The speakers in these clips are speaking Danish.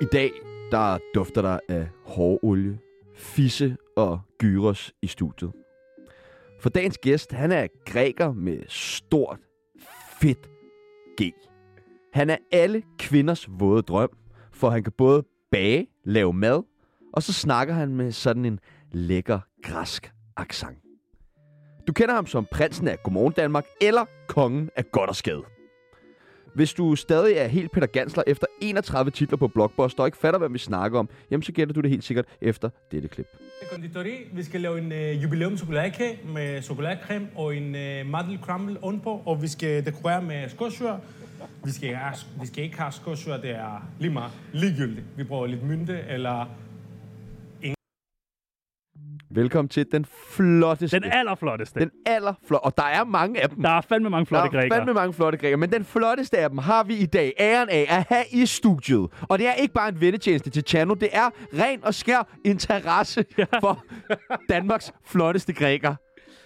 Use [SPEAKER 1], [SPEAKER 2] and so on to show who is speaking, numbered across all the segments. [SPEAKER 1] I dag, der dufter der af hårolie, fisse og gyros i studiet. For dagens gæst, han er græker med stort, fedt G. Han er alle kvinders våde drøm, for han kan både bage, lave mad, og så snakker han med sådan en lækker græsk accent. Du kender ham som prinsen af Godmorgen Danmark, eller kongen af Goddersgade. Hvis du stadig er helt Peter Gansler efter 31 titler på Blockbuster og ikke fatter, hvad vi snakker om, jamen så gætter du det helt sikkert efter dette klip.
[SPEAKER 2] Konditori, vi skal lave en øh, jubilæum chokoladekage med chokoladecreme og en øh, mandel crumble ovenpå, og vi skal dekorere med skåsjør. Vi skal, ja, vi skal ikke have skåsjør, det er lige meget ligegyldigt. Vi bruger lidt mynte eller
[SPEAKER 1] Velkommen til den flotteste.
[SPEAKER 3] Den allerflotteste.
[SPEAKER 1] den allerflotte. Og der er mange af dem.
[SPEAKER 3] Der er fandme mange flotte
[SPEAKER 1] der er
[SPEAKER 3] grækere.
[SPEAKER 1] fandme mange flotte grækere, men den flotteste af dem har vi i dag æren af at have i studiet. Og det er ikke bare en vendetjeneste til Chano, det er ren og skær interesse for Danmarks flotteste græker,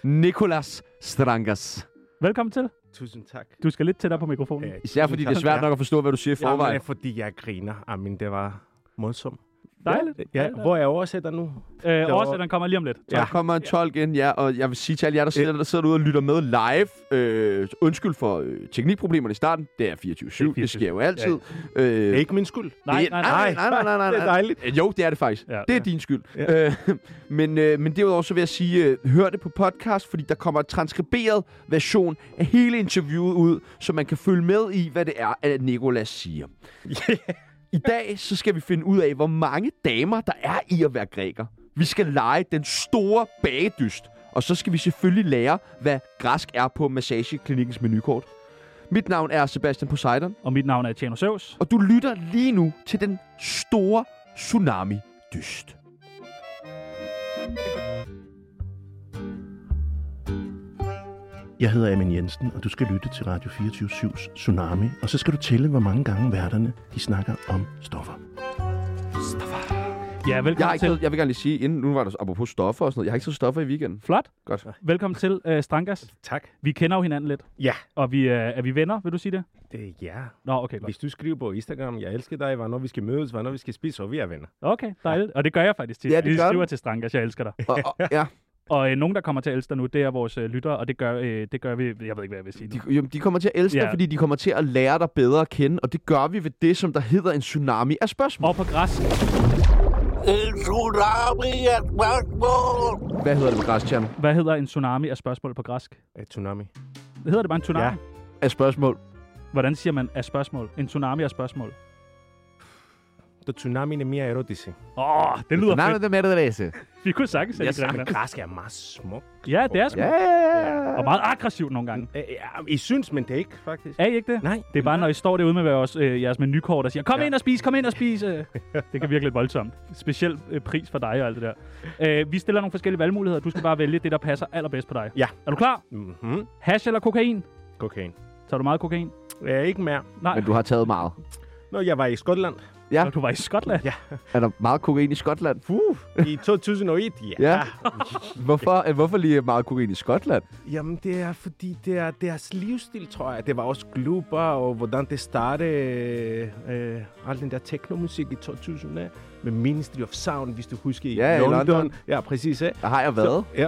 [SPEAKER 1] Nikolas Strangas.
[SPEAKER 3] Velkommen til.
[SPEAKER 4] Tusind tak. Øh,
[SPEAKER 3] Du skal lidt tættere på mikrofonen.
[SPEAKER 4] Ja,
[SPEAKER 1] Især fordi det er svært nok at forstå, hvad du siger i
[SPEAKER 4] Jamen, det
[SPEAKER 1] forvejen.
[SPEAKER 4] er, øh, fordi jeg griner. Amen, det var modsom.
[SPEAKER 3] Dejligt.
[SPEAKER 4] Ja, hvor er jeg oversætter nu?
[SPEAKER 3] Øh,
[SPEAKER 4] var-
[SPEAKER 3] oversætteren kommer lige om lidt.
[SPEAKER 1] Så kommer en tolk ind, ja, og jeg vil sige til alle jer, der sidder, der sidder derude og lytter med live. Øh, undskyld for øh, teknikproblemerne i starten. Det er 24-7, det sker jo altid. Øh,
[SPEAKER 4] Det er ikke min skyld.
[SPEAKER 3] Nej,
[SPEAKER 1] Det-
[SPEAKER 3] nej, nej.
[SPEAKER 1] nej, nej, nej, nej,
[SPEAKER 4] Det er dejligt.
[SPEAKER 1] Øh, Jo, det er det faktisk. Ja,
[SPEAKER 3] Ja.
[SPEAKER 1] det er ja. din skyld. Ja. Øh, men, øh, men derudover så vil jeg sige, øh, hør det på podcast, fordi der kommer en transkriberet version af hele interviewet ud, så man kan følge med i, hvad det er, at Nikolas siger. I dag så skal vi finde ud af, hvor mange damer der er i at være græker. Vi skal lege den store bagedyst, og så skal vi selvfølgelig lære, hvad græsk er på massageklinikkens menukort. Mit navn er Sebastian Poseidon.
[SPEAKER 3] Og mit navn er Tjano Søvs.
[SPEAKER 1] Og du lytter lige nu til den store tsunami-dyst.
[SPEAKER 5] Jeg hedder Amin Jensen, og du skal lytte til Radio 24-7's Tsunami, og så skal du tælle, hvor mange gange værterne de snakker om stoffer.
[SPEAKER 3] Ja,
[SPEAKER 1] Jeg, har
[SPEAKER 3] velkommen
[SPEAKER 1] ikke
[SPEAKER 3] til.
[SPEAKER 1] noget, jeg vil gerne lige sige, inden nu var der så- apropos stoffer og sådan noget. Jeg har ikke taget stoffer i weekenden.
[SPEAKER 3] Flot.
[SPEAKER 1] Godt.
[SPEAKER 3] Velkommen til, øh, Strankas.
[SPEAKER 4] Tak.
[SPEAKER 3] Vi kender jo hinanden lidt.
[SPEAKER 4] Ja,
[SPEAKER 3] Og vi, øh, er vi venner, vil du sige det?
[SPEAKER 4] det er ja.
[SPEAKER 3] Nå, okay, godt.
[SPEAKER 4] Hvis du skriver på Instagram, jeg elsker dig, hvornår vi skal mødes, hvornår vi skal spise, så vi er venner.
[SPEAKER 3] Okay, dejligt. Og det gør jeg faktisk tit.
[SPEAKER 1] Ja, det
[SPEAKER 3] jeg
[SPEAKER 1] gør
[SPEAKER 3] skriver
[SPEAKER 1] du.
[SPEAKER 3] til Strankas, jeg elsker dig.
[SPEAKER 1] Og, og, ja,
[SPEAKER 3] Og øh, nogen, der kommer til at elske dig nu, det er vores øh, lyttere, og det gør, øh, det gør vi... Jeg ved ikke, hvad jeg vil sige nu.
[SPEAKER 1] de, jo, de kommer til at elske dig,
[SPEAKER 3] Ja.
[SPEAKER 1] fordi de kommer til at lære dig bedre at kende. Og det gør vi ved det, som der hedder en tsunami af spørgsmål.
[SPEAKER 3] Og på græs.
[SPEAKER 1] Hvad hedder det med græs, Tjerno?
[SPEAKER 3] Hvad hedder en tsunami af spørgsmål på græsk?
[SPEAKER 4] Et Øh, tsunami.
[SPEAKER 3] Hedder det bare en tsunami?
[SPEAKER 4] Ja.
[SPEAKER 1] Af spørgsmål.
[SPEAKER 3] Hvordan siger man af spørgsmål? En tsunami af spørgsmål.
[SPEAKER 4] Det tsunami er mere erotisk.
[SPEAKER 3] Åh, oh, det lyder fedt.
[SPEAKER 1] det med det, Læse.
[SPEAKER 3] Vi kunne sagtens sætte yes,
[SPEAKER 4] Men
[SPEAKER 3] Grækenland.
[SPEAKER 4] græsk er meget smuk.
[SPEAKER 3] Ja, det er smukt.
[SPEAKER 1] Ja, ja, ja.
[SPEAKER 3] Og meget aggressivt nogle gange.
[SPEAKER 4] Øh, Ja, I synes, men det er ikke, faktisk.
[SPEAKER 3] Er I ikke det?
[SPEAKER 4] Nej.
[SPEAKER 3] Det er bare, når I står derude med jeres, øh, jeres menukort og siger, kom ja.
[SPEAKER 4] Ja.
[SPEAKER 3] ind og spis, kom ind og spis. øh. det kan virke lidt voldsomt. Speciel øh, pris for dig og alt det der. Øh, vi stiller nogle forskellige valgmuligheder. Du skal bare vælge det, der passer allerbedst på dig.
[SPEAKER 4] Ja.
[SPEAKER 3] Er du klar?
[SPEAKER 4] Mm-hmm.
[SPEAKER 3] Hash eller kokain?
[SPEAKER 4] Kokain.
[SPEAKER 3] Tager du meget kokain?
[SPEAKER 4] Ja, ikke mere.
[SPEAKER 3] Nej.
[SPEAKER 1] Men du har taget meget.
[SPEAKER 4] Når jeg var i Skotland.
[SPEAKER 1] Ja.
[SPEAKER 3] Når du var i Skotland.
[SPEAKER 4] Ja.
[SPEAKER 1] Er der meget kokain i Skotland?
[SPEAKER 4] Puh, i 2001. Ja.
[SPEAKER 1] Ja. Hvorfor, øh, hvorfor lige meget kokain i Skotland?
[SPEAKER 4] Jamen, det er fordi, det er deres livsstil, tror jeg. Det var også klubber, og hvordan det startede, øh, al den der teknomusik i 2000'erne, med Ministry of Sound, hvis du husker, i
[SPEAKER 1] Ja, i
[SPEAKER 4] London.
[SPEAKER 1] London.
[SPEAKER 4] Ja, præcis. Ja.
[SPEAKER 1] Der har jeg været.
[SPEAKER 4] ja,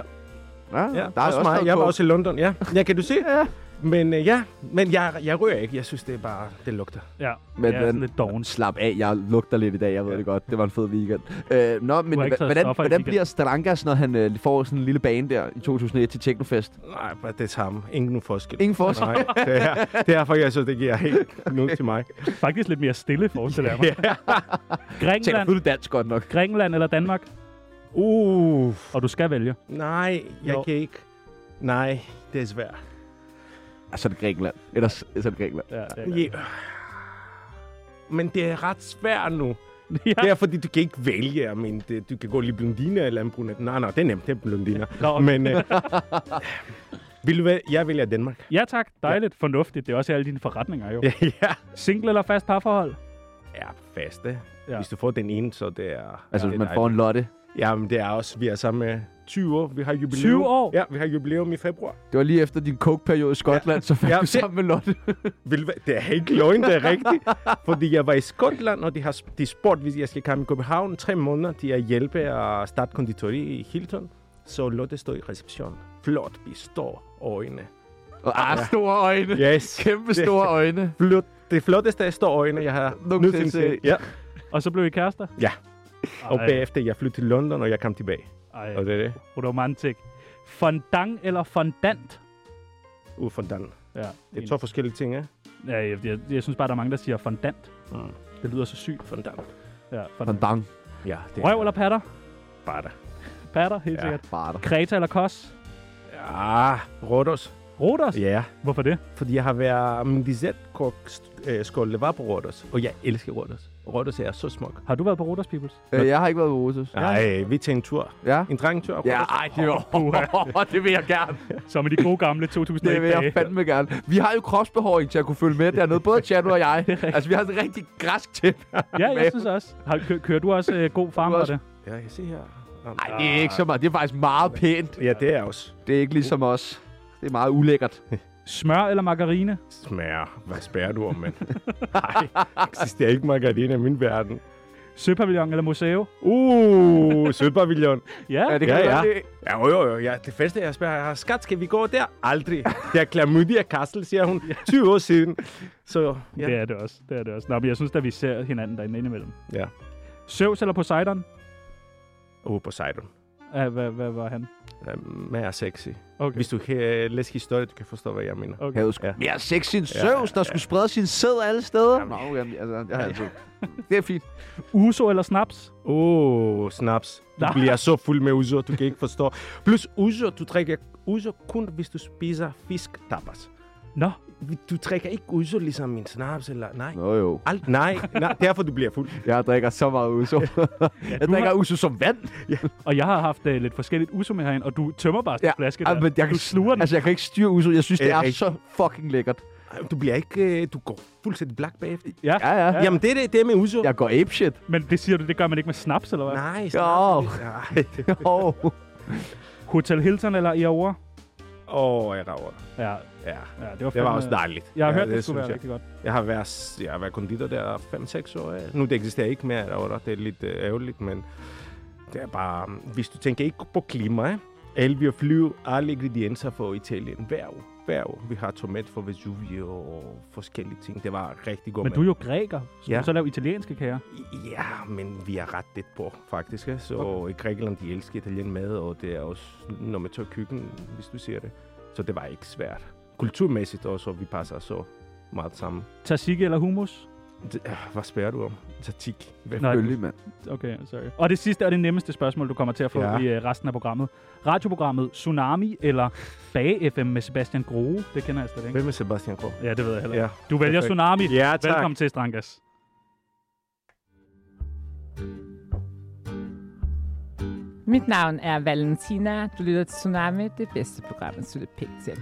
[SPEAKER 1] Ja,
[SPEAKER 4] ja.
[SPEAKER 1] der er også,
[SPEAKER 4] mig.
[SPEAKER 1] noget
[SPEAKER 4] Jeg var
[SPEAKER 1] coke.
[SPEAKER 4] også i London, ja. Ja, kan du se? ja. Men øh, ja, men jeg, jeg rører ikke. Jeg synes, det er bare, det lugter.
[SPEAKER 3] ja.
[SPEAKER 1] Men
[SPEAKER 3] Men, jeg er sådan
[SPEAKER 1] den-
[SPEAKER 3] lidt doven.
[SPEAKER 1] Slap af, jeg lugter lidt i dag, jeg ved det godt. Det var en fed weekend. Øh, nå, men hva-
[SPEAKER 3] ikke
[SPEAKER 1] hvordan,
[SPEAKER 3] taget stoffer i
[SPEAKER 1] hvordan
[SPEAKER 3] weekenden.
[SPEAKER 1] bliver Strangas, når han øh, får sådan en lille bane der i 2001 til Teknofest?
[SPEAKER 4] Nej, bare det samme. Ingen nu forskel.
[SPEAKER 1] Ingen forskel.
[SPEAKER 3] Altså,
[SPEAKER 4] Nej, det er, det er derfor, jeg synes, det giver helt nu til mig.
[SPEAKER 3] Faktisk lidt mere stille, forestiller jeg mig.
[SPEAKER 1] Tænker
[SPEAKER 3] Grækenland,
[SPEAKER 1] du dansk godt nok?
[SPEAKER 3] Grækenland eller Danmark?
[SPEAKER 4] Uh,
[SPEAKER 3] Og du skal vælge.
[SPEAKER 4] nej, jeg
[SPEAKER 3] Jo.
[SPEAKER 4] kan ikke. Nej, det er svært.
[SPEAKER 1] Ja, Altså, så er det Grækenland. Ellers så er det Grækenland.
[SPEAKER 3] Ja, det er-
[SPEAKER 4] Ja. Men det er ret svært nu.
[SPEAKER 3] ja.
[SPEAKER 4] Det er fordi, du kan ikke vælge. Jeg mener, det, du kan gå lige blondiner eller en brunette. Nej, nej, det er nemt. Det er blondiner.
[SPEAKER 3] Nå, okay.
[SPEAKER 4] Men øh, vil du væl- jeg vælger Danmark.
[SPEAKER 3] ja tak. Dejligt. Fornuftigt. Det er også i alle dine forretninger jo.
[SPEAKER 4] ja, ja.
[SPEAKER 3] Single eller fast parforhold?
[SPEAKER 4] Ja, faste.
[SPEAKER 3] Ja.
[SPEAKER 4] Ja. Hvis du får den ene, så det er...
[SPEAKER 1] Altså,
[SPEAKER 4] det
[SPEAKER 1] hvis
[SPEAKER 4] er
[SPEAKER 1] man får en lotte.
[SPEAKER 4] Jamen, det er også, vi er sammen med 20 år. Vi har jubilæum.
[SPEAKER 3] 20 år?
[SPEAKER 4] Ja, vi har jubilæum i februar.
[SPEAKER 1] Det var lige efter din coke-periode i Skotland, ja. så fandt
[SPEAKER 4] Ja,
[SPEAKER 1] ja. du
[SPEAKER 4] det-
[SPEAKER 1] sammen med Lotte.
[SPEAKER 4] Vil, du hvad? det er ikke løgn, det er rigtigt. Fordi jeg var i Skotland, og de har de spurgt, hvis jeg skal komme i København tre måneder til at hjælpe og starte konditori i Hilton. Så Lotte står i reception. Flot, vi står øjne.
[SPEAKER 1] Og ah, store øjne. Ja.
[SPEAKER 4] Yes.
[SPEAKER 1] Kæmpe store øjne.
[SPEAKER 4] Flot. Det flotteste er står øjne, jeg har
[SPEAKER 1] Nogensinde set.
[SPEAKER 4] Ja.
[SPEAKER 3] Og så blev I kærester?
[SPEAKER 4] Ja. Og
[SPEAKER 3] Ej,
[SPEAKER 4] bagefter, jeg flyttede til London, og jeg kom tilbage.
[SPEAKER 3] ej,
[SPEAKER 4] Og det er det.
[SPEAKER 3] romantik. Fondant eller fondant?
[SPEAKER 4] Ud fra Dan.
[SPEAKER 3] Ja,
[SPEAKER 4] Det er to forskellige ting, ikke?
[SPEAKER 3] ja jeg, jeg, jeg, synes bare, der er mange, der siger fondant. Mm. Det lyder så sygt.
[SPEAKER 4] Fra Dan.
[SPEAKER 3] Ja, fondant.
[SPEAKER 1] Fandang.
[SPEAKER 4] Ja, det
[SPEAKER 3] Røv eller patter?
[SPEAKER 4] bare der.
[SPEAKER 3] Patter, helt
[SPEAKER 4] Ja.
[SPEAKER 3] ja. sikkert.
[SPEAKER 1] Barter.
[SPEAKER 3] Kreta eller kos?
[SPEAKER 4] Ja, Rodos.
[SPEAKER 3] Rodos?
[SPEAKER 4] Ja,
[SPEAKER 3] Hvorfor det?
[SPEAKER 4] fordi jeg har været min dessert-skål var på Rodos, og jeg elsker Rodos. Rodos er så smuk.
[SPEAKER 3] Har du været på Rodos, Peoples?
[SPEAKER 1] Øh, jeg har ikke været ved Otis.
[SPEAKER 4] Nej, vi tager en tur.
[SPEAKER 1] Ja?
[SPEAKER 4] En drengetur.
[SPEAKER 1] Ja, ej, det, var, det vil jeg gerne.
[SPEAKER 3] Som i de gode gamle 2001
[SPEAKER 1] Det vil jeg fandme gerne. Vi har jo kropsbehåring til at kunne følge med dernede, både Chano og jeg. Altså, vi har sådan en rigtig græsk tip.
[SPEAKER 3] Ja, jeg synes også. Har, kø, kører du også øh, god farm
[SPEAKER 1] Du
[SPEAKER 3] for
[SPEAKER 1] også-
[SPEAKER 3] det?
[SPEAKER 4] Ja, jeg kan se her. Um,
[SPEAKER 1] Nej, det er ikke så meget. Det er faktisk meget pænt.
[SPEAKER 4] Ja, det er også
[SPEAKER 1] Det er ikke ligesom os. Det er meget ulækkert.
[SPEAKER 3] Smør eller margarine?
[SPEAKER 4] smager. Hvad spærer du om, mand? Nej, eksisterer ikke margarine i min verden.
[SPEAKER 3] Søpavillon eller museum?
[SPEAKER 4] Uh, sødpavillon.
[SPEAKER 3] Ja,
[SPEAKER 1] Ja, det kan
[SPEAKER 4] Ja,
[SPEAKER 1] jeg
[SPEAKER 4] ja.
[SPEAKER 1] godt lide.
[SPEAKER 4] Ja, jo, jo, jo. Ja, det første, jeg spørger, er, skat, skal vi gå der? Aldrig. Det er Klamydia Castle, siger hun, 20 år siden. Så ja.
[SPEAKER 3] det er det også. Det er det også. Nå, men jeg synes, at vi ser hinanden derinde indimellem.
[SPEAKER 4] Ja.
[SPEAKER 3] Zeus eller Poseidon?
[SPEAKER 4] Uh, Poseidon.
[SPEAKER 3] Ja, hvad, hvad var han?
[SPEAKER 4] Um, er sexy.
[SPEAKER 3] Okay.
[SPEAKER 4] Hvis du kan øh, læse historie, du kan forstå, hvad jeg mener.
[SPEAKER 3] okay.
[SPEAKER 1] Havde sgu
[SPEAKER 4] Ja.
[SPEAKER 1] mere sex end søvs, der skulle sprede sin sæd alle steder. Nå, jamen, altså, jeg har altid. Det er fint.
[SPEAKER 3] Uso eller snaps?
[SPEAKER 4] Åh, oh, snaps. Du
[SPEAKER 3] Nej.
[SPEAKER 4] bliver så fuld med uso, du kan ikke forstå. Plus uso, du drikker uso kun, hvis du spiser fisk tapas.
[SPEAKER 3] Nå,
[SPEAKER 4] Du drikker ikke uso ligesom min snaps, eller nej.
[SPEAKER 1] Nå jo.
[SPEAKER 4] Alt, nej, nej, derfor du bliver fuld.
[SPEAKER 1] Jeg drikker så meget uso. jeg drikker uso som vand.
[SPEAKER 3] og jeg har haft uh, lidt forskelligt uso med herinde, og du tømmer bare ja. flaske der.
[SPEAKER 1] ej, ah, men jeg
[SPEAKER 3] du
[SPEAKER 1] kan,
[SPEAKER 3] sluger den.
[SPEAKER 1] Altså, jeg kan ikke styre uso. Jeg synes, det
[SPEAKER 4] Øh,
[SPEAKER 1] er
[SPEAKER 4] rigtig.
[SPEAKER 1] så fucking lækkert.
[SPEAKER 4] Ej, Du bliver ikke, øh, du går fuldstændig black bagefter.
[SPEAKER 3] ja.
[SPEAKER 1] Ja, ja.
[SPEAKER 4] Ja. Jamen, det er det, det er med uso.
[SPEAKER 1] Jeg går apeshit.
[SPEAKER 3] Men det siger du, det gør man ikke med snaps, eller hvad?
[SPEAKER 4] Nej,
[SPEAKER 1] Jo.
[SPEAKER 4] snaps. Nej.
[SPEAKER 1] Oh.
[SPEAKER 3] Hotel Hilton eller Iora?
[SPEAKER 4] Åh, oh, jeg rager.
[SPEAKER 3] Ja,
[SPEAKER 4] Ja,
[SPEAKER 3] ja, det var,
[SPEAKER 4] det var
[SPEAKER 3] fandme-
[SPEAKER 4] også dejligt.
[SPEAKER 3] øh, Jeg har
[SPEAKER 4] ja,
[SPEAKER 3] hørt, det, det skulle være
[SPEAKER 4] synes
[SPEAKER 3] rigtig godt.
[SPEAKER 4] Jeg har været, jeg har været konditor der 5-6 år. ja. Nu det eksisterer ikke mere derovre, det er lidt øh, ærgerligt, men det er bare, hvis du tænker ikke på klima, eh? alle vi har flyve, alle ingredienser fra Italien hver uge. Hver uge. Vi har tomat fra Vesuvio og forskellige ting. Det var rigtig godt.
[SPEAKER 3] Men du er jo græker, så ja.
[SPEAKER 4] Ja.
[SPEAKER 3] du så lave italienske kager.
[SPEAKER 4] Ja, men vi er ret lidt på, faktisk. eh? Så okay. i Grækenland, de elsker italien mad, og det er også nummer to køkken, hvis du ser det. Så det var ikke svært. Kulturmæssigt også, og vi passer så meget sammen.
[SPEAKER 3] Tzatziki eller hummus?
[SPEAKER 4] Det, øh, hvad spørger du om? Tatik. Hvad
[SPEAKER 3] Nej,
[SPEAKER 1] Selvfølgelig, mand.
[SPEAKER 3] Okay, sorry. Og det sidste og det nemmeste spørgsmål, du kommer til at få ja.
[SPEAKER 4] Ja.
[SPEAKER 3] i øh, resten af programmet. Radioprogrammet Tsunami eller Bage FM med Sebastian Grohe? Det kender jeg slet ikke.
[SPEAKER 4] Hvem er Sebastian Krog?
[SPEAKER 3] Ja, det ved jeg heller ikke.
[SPEAKER 4] Ja.
[SPEAKER 3] Du vælger
[SPEAKER 4] perfekt.
[SPEAKER 3] Tsunami.
[SPEAKER 4] Ja, tak.
[SPEAKER 3] Velkommen til, Strankas.
[SPEAKER 6] Mit navn er Valentina. Du lytter til Tsunami, det bedste program, at slutte pænt til.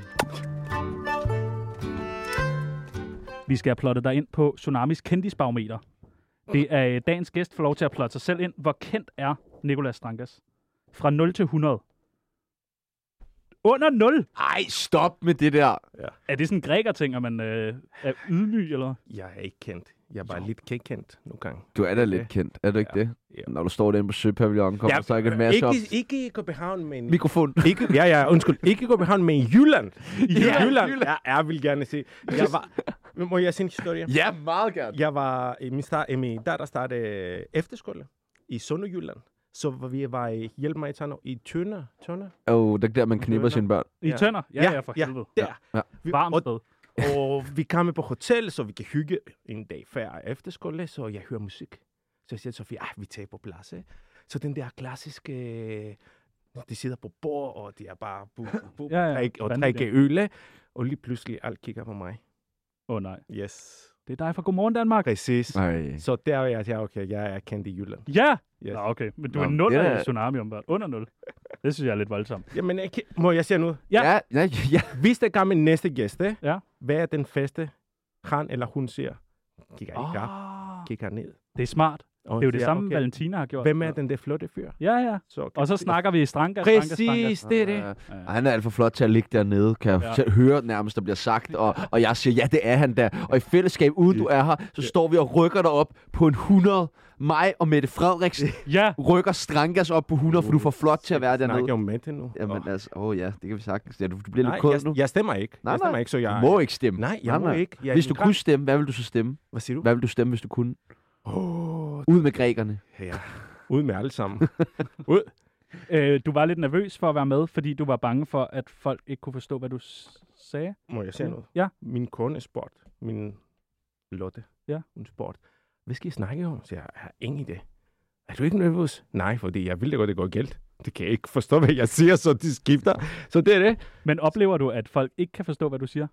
[SPEAKER 3] Vi skal have plottet dig ind på Tsunamis kendisbarometer. Det er øh, dagens gæst får lov til at plotte sig selv ind. Hvor kendt er Nikolas Strankas? Fra 0 til 100. Under 0?
[SPEAKER 1] Ej, stop med det der.
[SPEAKER 3] Er det sådan en græker-ting, at man øh, er ydmyg, eller?
[SPEAKER 4] Jeg er ikke kendt. Jeg er bare lidt lidt kendt nogle gange.
[SPEAKER 1] Du er da lidt kendt, er du ikke
[SPEAKER 4] Ja.
[SPEAKER 1] det?
[SPEAKER 4] Ja.
[SPEAKER 1] Når du står derinde på Søpavillonen, kommer
[SPEAKER 4] Ja,
[SPEAKER 1] der så ikke en masse op.
[SPEAKER 4] Ikke, ikke i København, men...
[SPEAKER 1] Mikrofon.
[SPEAKER 4] Ikke, ja, ja, undskyld. Ikke i København, men i Jylland. I
[SPEAKER 1] Jylland.
[SPEAKER 4] Jylland. Ja, jeg vil gerne se. Jeg var, må jeg sige en historie?
[SPEAKER 1] Ja, meget gerne.
[SPEAKER 4] Jeg var, min, start, eh, min datter startede øh, efterskole i Sønderjylland. Så var vi var i Hjælp mig i Tønder, i Tønder. Tønder.
[SPEAKER 1] Åh, oh, det er der, man knipper sine børn.
[SPEAKER 3] I
[SPEAKER 4] Ja.
[SPEAKER 3] tønder? Ja, ja, ja for
[SPEAKER 4] ja,
[SPEAKER 3] helvede.
[SPEAKER 4] der.
[SPEAKER 1] Ja.
[SPEAKER 4] Vi-
[SPEAKER 3] Varmt
[SPEAKER 4] og-
[SPEAKER 3] sted.
[SPEAKER 4] Og vi kommer på hotel, så vi kan hygge en dag før efter skole, så jeg hører musik. Så jeg siger til Sofie, "Ej, vi tager på plads, ikke? Så den der klassiske... øh, De sidder på bord, og de er bare... Bu, bu, bu,
[SPEAKER 3] Ja, ja,
[SPEAKER 4] drik- og
[SPEAKER 3] vanvittigt.
[SPEAKER 4] drikker øl, ikke? og lige pludselig alt kigger på mig.
[SPEAKER 3] Åh oh, nej.
[SPEAKER 4] Yes.
[SPEAKER 3] Det er dig fra Godmorgen Danmark.
[SPEAKER 4] Præcis.
[SPEAKER 1] Nej.
[SPEAKER 4] Så der er jeg, ja, okay, jeg er kendt i Jylland.
[SPEAKER 3] Ja!
[SPEAKER 4] Yes.
[SPEAKER 3] Nå, okay. Men du
[SPEAKER 1] Nå,
[SPEAKER 3] er 0
[SPEAKER 1] det er
[SPEAKER 3] i
[SPEAKER 1] da-
[SPEAKER 3] Tsunami om Under 0. Det synes jeg er lidt voldsomt.
[SPEAKER 4] Jamen, jeg, kan- må jeg sige noget?
[SPEAKER 3] Ja.
[SPEAKER 1] Ja, ja, ja.
[SPEAKER 4] Hvis der kommer næste gæst, ikke?
[SPEAKER 3] Ja.
[SPEAKER 4] hvad er den første, han eller hun siger? Kigger ikke op,
[SPEAKER 3] Ah,
[SPEAKER 4] kigger ned.
[SPEAKER 3] det er smart.
[SPEAKER 4] Og
[SPEAKER 3] Det er jo det samme, okay. Valentina har gjort.
[SPEAKER 4] Hvem er den der flotte fyr?
[SPEAKER 3] Ja, ja.
[SPEAKER 4] Så, okay.
[SPEAKER 3] Og så snakker vi stranka, stranka, stranka.
[SPEAKER 4] Præcis, det er det.
[SPEAKER 1] Ja. Og han er alt for flot til at ligge dernede, kan jeg ja. høre nærmest, der bliver sagt. Og, og jeg siger, ja, det er han der. Og i fællesskab, uden du er her, så står vi og rykker dig op på en 100. Mig og Mette Frederiksen
[SPEAKER 3] Ja,
[SPEAKER 1] rykker Strankas op på 100, for du er for flot til at være
[SPEAKER 4] Snakker
[SPEAKER 1] dernede.
[SPEAKER 4] jeg om Mette nu?
[SPEAKER 1] Jamen
[SPEAKER 4] Åh.
[SPEAKER 1] altså, åh ja, det kan vi sagtens. Ja, du, du bliver
[SPEAKER 4] Nej,
[SPEAKER 1] lidt kold nu.
[SPEAKER 4] jeg, jeg stemmer ikke.
[SPEAKER 1] Nej,
[SPEAKER 4] jeg stemmer
[SPEAKER 1] nej.
[SPEAKER 4] ikke, så jeg...
[SPEAKER 1] Du må ikke stemme.
[SPEAKER 4] Nej, jeg må ikke. Jeg er
[SPEAKER 1] Hvis du
[SPEAKER 4] immigrant.
[SPEAKER 1] kunne stemme, hvad ville du så stemme?
[SPEAKER 4] Hvad siger du?
[SPEAKER 1] Hvad ville du stemme, hvis du kunne?
[SPEAKER 4] Åh,
[SPEAKER 1] Ud med grækerne.
[SPEAKER 4] ja. Ud med alle sammen. Ud.
[SPEAKER 3] øh, du var lidt nervøs for at være med, fordi du var bange for, at folk ikke kunne forstå, hvad du s- sagde.
[SPEAKER 4] Må jeg sige noget?
[SPEAKER 3] Ja.
[SPEAKER 4] Min kone spurgte, min Lotte,
[SPEAKER 3] Ja.
[SPEAKER 4] hun spurgte, hvad skal I snakke om? Så jeg jeg har ingen idé. Er du ikke nervøs? Nej, fordi jeg ville da godt, det går galt. Det kan jeg ikke forstå, hvad jeg siger, så de skifter. Så det er det.
[SPEAKER 3] Men oplever du, at folk ikke kan forstå, hvad du siger?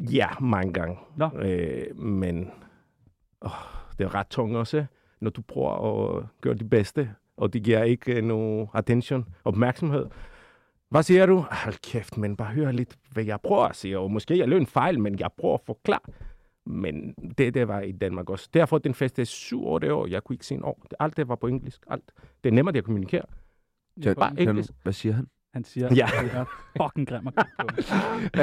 [SPEAKER 4] Ja, mange gange.
[SPEAKER 3] Nå.
[SPEAKER 4] Øh, men åh, det er ret tungt også, når du prøver at gøre det bedste, og det giver ikke øh, nogen attention, opmærksomhed. Hvad siger du? Hold kæft, men bare hør lidt, hvad jeg prøver at sige. Og måske jeg laver en fejl, men jeg prøver at forklare. Men det, det var i Danmark også. Derfor den fest er 7 8 år. Jeg kunne ikke se en år. Alt det var på engelsk. Alt. Det er nemmere at kommunikere.
[SPEAKER 1] Tag-
[SPEAKER 3] På en-
[SPEAKER 1] tag nu.
[SPEAKER 4] engelsk.
[SPEAKER 1] Hvad siger han?
[SPEAKER 3] Han siger,
[SPEAKER 4] Ja.
[SPEAKER 3] at det er fucking grim at kigge på.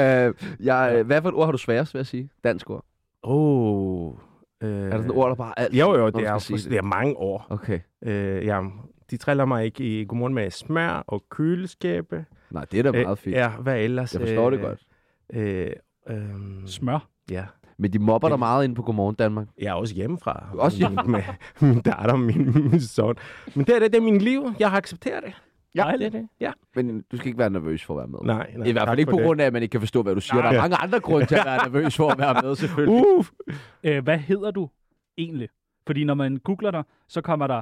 [SPEAKER 1] øh, jeg, hvad for et ord har du sværest ved at sige? Dansk ord.
[SPEAKER 4] Åh. Oh, øh,
[SPEAKER 1] Er der sådan et ord, der bare alt?
[SPEAKER 4] Jo, jo,
[SPEAKER 1] når
[SPEAKER 4] det
[SPEAKER 1] du
[SPEAKER 4] er,
[SPEAKER 1] skal sige
[SPEAKER 4] det er mange år.
[SPEAKER 1] Okay.
[SPEAKER 4] Øh, ja, de triller mig ikke i godmorgen med smør og køleskabe.
[SPEAKER 1] Nej, det er da meget fint.
[SPEAKER 4] Ja, hvad ellers?
[SPEAKER 1] Jeg forstår det godt.
[SPEAKER 4] Øh, øh,
[SPEAKER 3] Smør.
[SPEAKER 4] ja.
[SPEAKER 1] Men de mobber dig meget ind på Godmorgen Danmark.
[SPEAKER 4] Jeg er også hjemmefra.
[SPEAKER 1] Du er også
[SPEAKER 4] hjemmefra? Med min datter og min, min søn. Men det er det, det er min liv. Jeg har accepteret det.
[SPEAKER 3] Ja.
[SPEAKER 4] det er det. Ja.
[SPEAKER 1] Men du skal ikke være nervøs for at være med.
[SPEAKER 4] Nej, nej.
[SPEAKER 1] I hvert fald
[SPEAKER 4] tak
[SPEAKER 1] ikke
[SPEAKER 4] for
[SPEAKER 1] på
[SPEAKER 4] det.
[SPEAKER 1] grund af, at man ikke kan forstå, hvad du siger. Der er mange andre grunde til at være nervøs for at være med, selvfølgelig.
[SPEAKER 4] Uff.
[SPEAKER 3] Øh, hvad hedder du egentlig? Fordi når man googler dig, så kommer der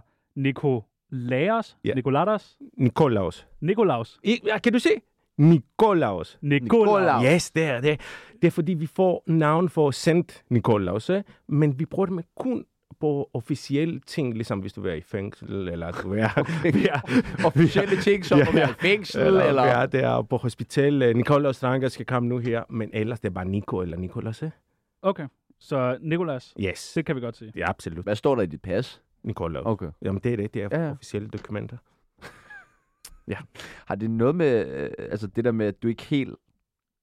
[SPEAKER 3] Nikolaos,
[SPEAKER 4] Ja.
[SPEAKER 3] yeah. Nikolaos,
[SPEAKER 4] Nikolaus.
[SPEAKER 3] Nikolaus,
[SPEAKER 4] I, ja, kan du se? Nikolaus.
[SPEAKER 3] Nikolaus.
[SPEAKER 1] Nikolaus.
[SPEAKER 4] Yes, det er det. Det er fordi, vi får navn for Sankt Nikolaus, eh? men vi bruger det med kun på officielle ting, ligesom hvis du er i fængsel, eller du er...
[SPEAKER 1] Uh,
[SPEAKER 4] vi er-
[SPEAKER 1] Officielle ting som
[SPEAKER 4] Ja.
[SPEAKER 1] at være i fængsel,
[SPEAKER 4] eller,
[SPEAKER 1] eller...
[SPEAKER 4] Ja, det er på hospital. Øh, Nikolaus Stranker skal komme nu her, men ellers det er bare Nico eller Nikolaus, eh?
[SPEAKER 3] Okay, så Nikolaus,
[SPEAKER 4] Yes.
[SPEAKER 3] det kan vi godt sige.
[SPEAKER 4] Ja, absolut.
[SPEAKER 1] Hvad står der i dit pas?
[SPEAKER 4] Nikolaus. Okay.
[SPEAKER 1] Okay.
[SPEAKER 4] Jamen, det er det. Det er
[SPEAKER 1] Ja,
[SPEAKER 4] ja.
[SPEAKER 1] ja.
[SPEAKER 4] officielle dokumenter.
[SPEAKER 1] Har det noget med... øh, Altså det der med, at du ikke helt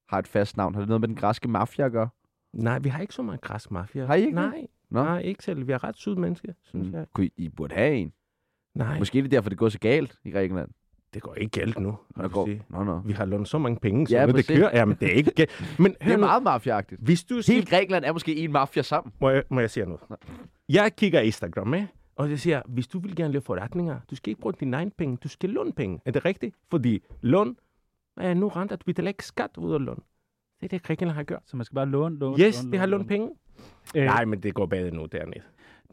[SPEAKER 1] har et fast navn. Har det noget med den græske mafia at gøre?
[SPEAKER 4] Nej, vi har ikke så meget græsk mafia.
[SPEAKER 1] Har I ikke
[SPEAKER 4] Nej,
[SPEAKER 1] Nå.
[SPEAKER 4] nej, ikke selv. Vi er ret søde mennesker, synes mm.
[SPEAKER 1] Mm.
[SPEAKER 4] jeg.
[SPEAKER 1] Kunne I, I burde have en.
[SPEAKER 4] Nej,
[SPEAKER 1] Måske er det derfor, det går så galt i Grækenland.
[SPEAKER 4] det går ikke galt nu.
[SPEAKER 1] Når
[SPEAKER 4] vil
[SPEAKER 1] det går...
[SPEAKER 4] sige.
[SPEAKER 1] Nå, nå.
[SPEAKER 4] Vi har lånt så mange penge, så
[SPEAKER 1] Ja,
[SPEAKER 4] ja, det
[SPEAKER 1] præcis.
[SPEAKER 4] kører. Jamen, det er ikke galt. Men
[SPEAKER 1] Det
[SPEAKER 4] hør
[SPEAKER 1] er
[SPEAKER 4] nu,
[SPEAKER 1] meget mafiagtigt.
[SPEAKER 4] hvis du skal
[SPEAKER 1] Hele Grækenland er måske en mafia sammen.
[SPEAKER 4] Må jeg, må jeg sige noget? Jeg kigger Instagram, ikke? og jeg siger, hvis du vil gerne lave forretninger, du skal ikke bruge dine egne penge, du skal låne penge. Er det rigtigt? Fordi lån er nu rent, at du betaler ikke skat ud af lån. Det er det, Grækenland har gjort.
[SPEAKER 3] Så man skal bare låne, låne,
[SPEAKER 4] Yes,
[SPEAKER 3] låne,
[SPEAKER 4] det har
[SPEAKER 3] låne,
[SPEAKER 4] lånt penge.
[SPEAKER 3] Øh,
[SPEAKER 4] Nej, men det går bag nu dernede.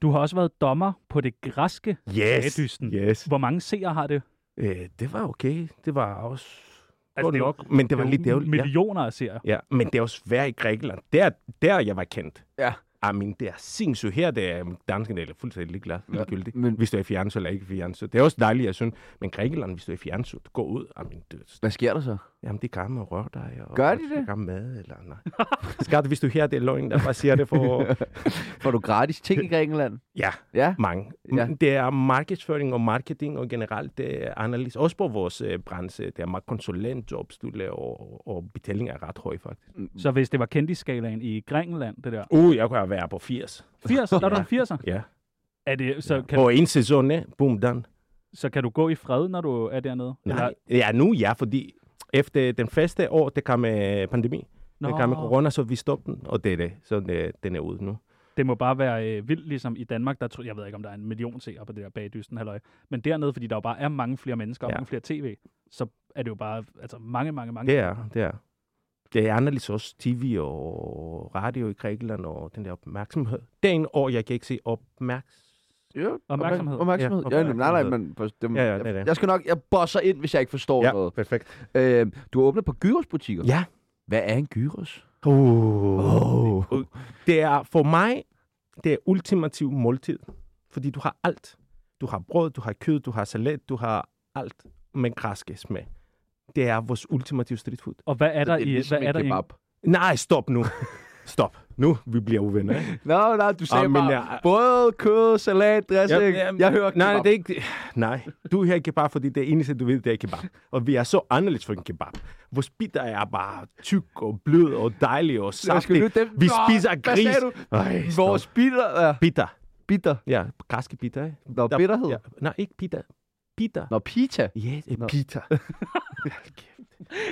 [SPEAKER 3] Du har også været dommer på det græske.
[SPEAKER 4] Yes,
[SPEAKER 3] Bagdysten.
[SPEAKER 4] yes.
[SPEAKER 3] Hvor mange seere har det?
[SPEAKER 4] Øh, det var okay. Det var også
[SPEAKER 3] Altså,
[SPEAKER 4] altså,
[SPEAKER 3] det
[SPEAKER 4] det
[SPEAKER 3] er jo-
[SPEAKER 4] nok, men det var
[SPEAKER 3] jo
[SPEAKER 4] lidt dævligt. Ja.
[SPEAKER 3] Millioner af seere.
[SPEAKER 4] ja. men det er også svært i Grækenland. Der, der jeg var kendt.
[SPEAKER 1] Ja.
[SPEAKER 4] Ah, men det er sindssygt. Her det er danskerne er fuldstændig ligeglade. Ja,
[SPEAKER 1] men-
[SPEAKER 4] men... Hvis du er i fjernsynet eller ikke i fjernsynet. Det er også dejligt, jeg synes. Men Grækenland, hvis du er i fjernsynet, gå ud. Ah, men det,
[SPEAKER 1] Hvad sker der så?
[SPEAKER 4] jamen, det kan man røre dig. Og,
[SPEAKER 1] Gør de
[SPEAKER 4] og så
[SPEAKER 1] det?
[SPEAKER 4] Kan mad eller nej. Skat, hvis du her det er løgn, der bare siger det for...
[SPEAKER 1] Får du gratis ting i Grækenland?
[SPEAKER 4] ja,
[SPEAKER 1] Ja.
[SPEAKER 4] mange.
[SPEAKER 1] Ja.
[SPEAKER 4] Ja. Det er markedsføring og marketing, og generelt det er anderledes. Også på vores øh, branche, det er meget konsulentjobs, du laver, og, og betalingen er ret høj, faktisk.
[SPEAKER 3] Så hvis det var kendisskalaen i Grækenland, det der.
[SPEAKER 4] Uh, jeg kunne være på 80.
[SPEAKER 3] 80, der er du en 80'er.
[SPEAKER 4] Ja.
[SPEAKER 3] Er det, så, kan,
[SPEAKER 4] På en sæson, eh? boom, done.
[SPEAKER 3] så kan du gå i fred, når du er dernede?
[SPEAKER 4] Nej. Ja, nu ja, fordi efter den første år, det kom med pandemi. Nå. Det kom med corona, så vi stoppede den, og det er det. Så det, den er ude nu.
[SPEAKER 3] Det må bare være øh, vildt, ligesom i Danmark, der tror, jeg ved ikke, om der er en million seere på det der bagdysten, halløj. Men dernede, fordi der jo bare er mange flere mennesker og ja.
[SPEAKER 4] Ja.
[SPEAKER 3] mange flere tv, så er det jo bare altså, mange, mange, mange.
[SPEAKER 4] Det er, det er. Det er anderledes også tv og radio i Grækenland og den der opmærksomhed. Det er en år, jeg kan ikke se opmærksomhed.
[SPEAKER 1] Ja,
[SPEAKER 3] Opmærksomhed.
[SPEAKER 1] Opmærksomhed. Ja,
[SPEAKER 4] Ja,
[SPEAKER 1] ja, nej, nej,
[SPEAKER 4] opmærksomhed.
[SPEAKER 1] men for- det,
[SPEAKER 4] Ja, ja, det er
[SPEAKER 1] jeg,
[SPEAKER 4] det.
[SPEAKER 1] jeg skal nok, jeg bosser ind, hvis jeg ikke forstår ja. noget.
[SPEAKER 4] perfekt.
[SPEAKER 1] Øh, du har åbnet på gyrosbutikker.
[SPEAKER 4] Ja.
[SPEAKER 1] Hvad er en gyros?
[SPEAKER 4] Uh. Oh. Det er for mig, det er ultimativ måltid. Fordi du har alt. Du har brød, du har kød, du har salat, du har alt med græske smag. Det er ligesom vores ultimative street food.
[SPEAKER 3] Og hvad er der
[SPEAKER 1] Altså, det ligesom
[SPEAKER 3] i... Hvad er der i
[SPEAKER 1] kebab.
[SPEAKER 4] Nej, stop nu. Stop. Nu, vi bliver uvenner. ikke?
[SPEAKER 1] Nå, nej, du sagde
[SPEAKER 4] Ah,
[SPEAKER 1] ah,
[SPEAKER 4] men
[SPEAKER 1] bare,
[SPEAKER 4] jeg-
[SPEAKER 1] jeg... både kød, salat, dressing. Jamen, jamen, Altså, jeg hørte
[SPEAKER 4] Nej,
[SPEAKER 1] kebab.
[SPEAKER 4] det er ikke... Nej, du er her kebab, fordi det eneste, du ved, det er kebab. Og vi er så anderledes for en kebab. Vores pita er bare tyk og blød og dejlig og
[SPEAKER 1] Lad os
[SPEAKER 4] saftig.
[SPEAKER 1] skulle lytte dem.
[SPEAKER 4] Vi
[SPEAKER 1] Nå,
[SPEAKER 4] spiser
[SPEAKER 1] Hvad
[SPEAKER 4] gris.
[SPEAKER 1] sagde du?
[SPEAKER 4] Ej, stop.
[SPEAKER 1] Vores bitter. Uh,
[SPEAKER 4] pita.
[SPEAKER 1] bitter.
[SPEAKER 4] Ja, græske pita. ikke?
[SPEAKER 1] Nå,
[SPEAKER 4] Der-
[SPEAKER 1] bitterhed.
[SPEAKER 4] Ja, nej, ikke pita. Pita.
[SPEAKER 1] Nå, pita.
[SPEAKER 4] Ja, det er
[SPEAKER 1] Nå.
[SPEAKER 4] pita.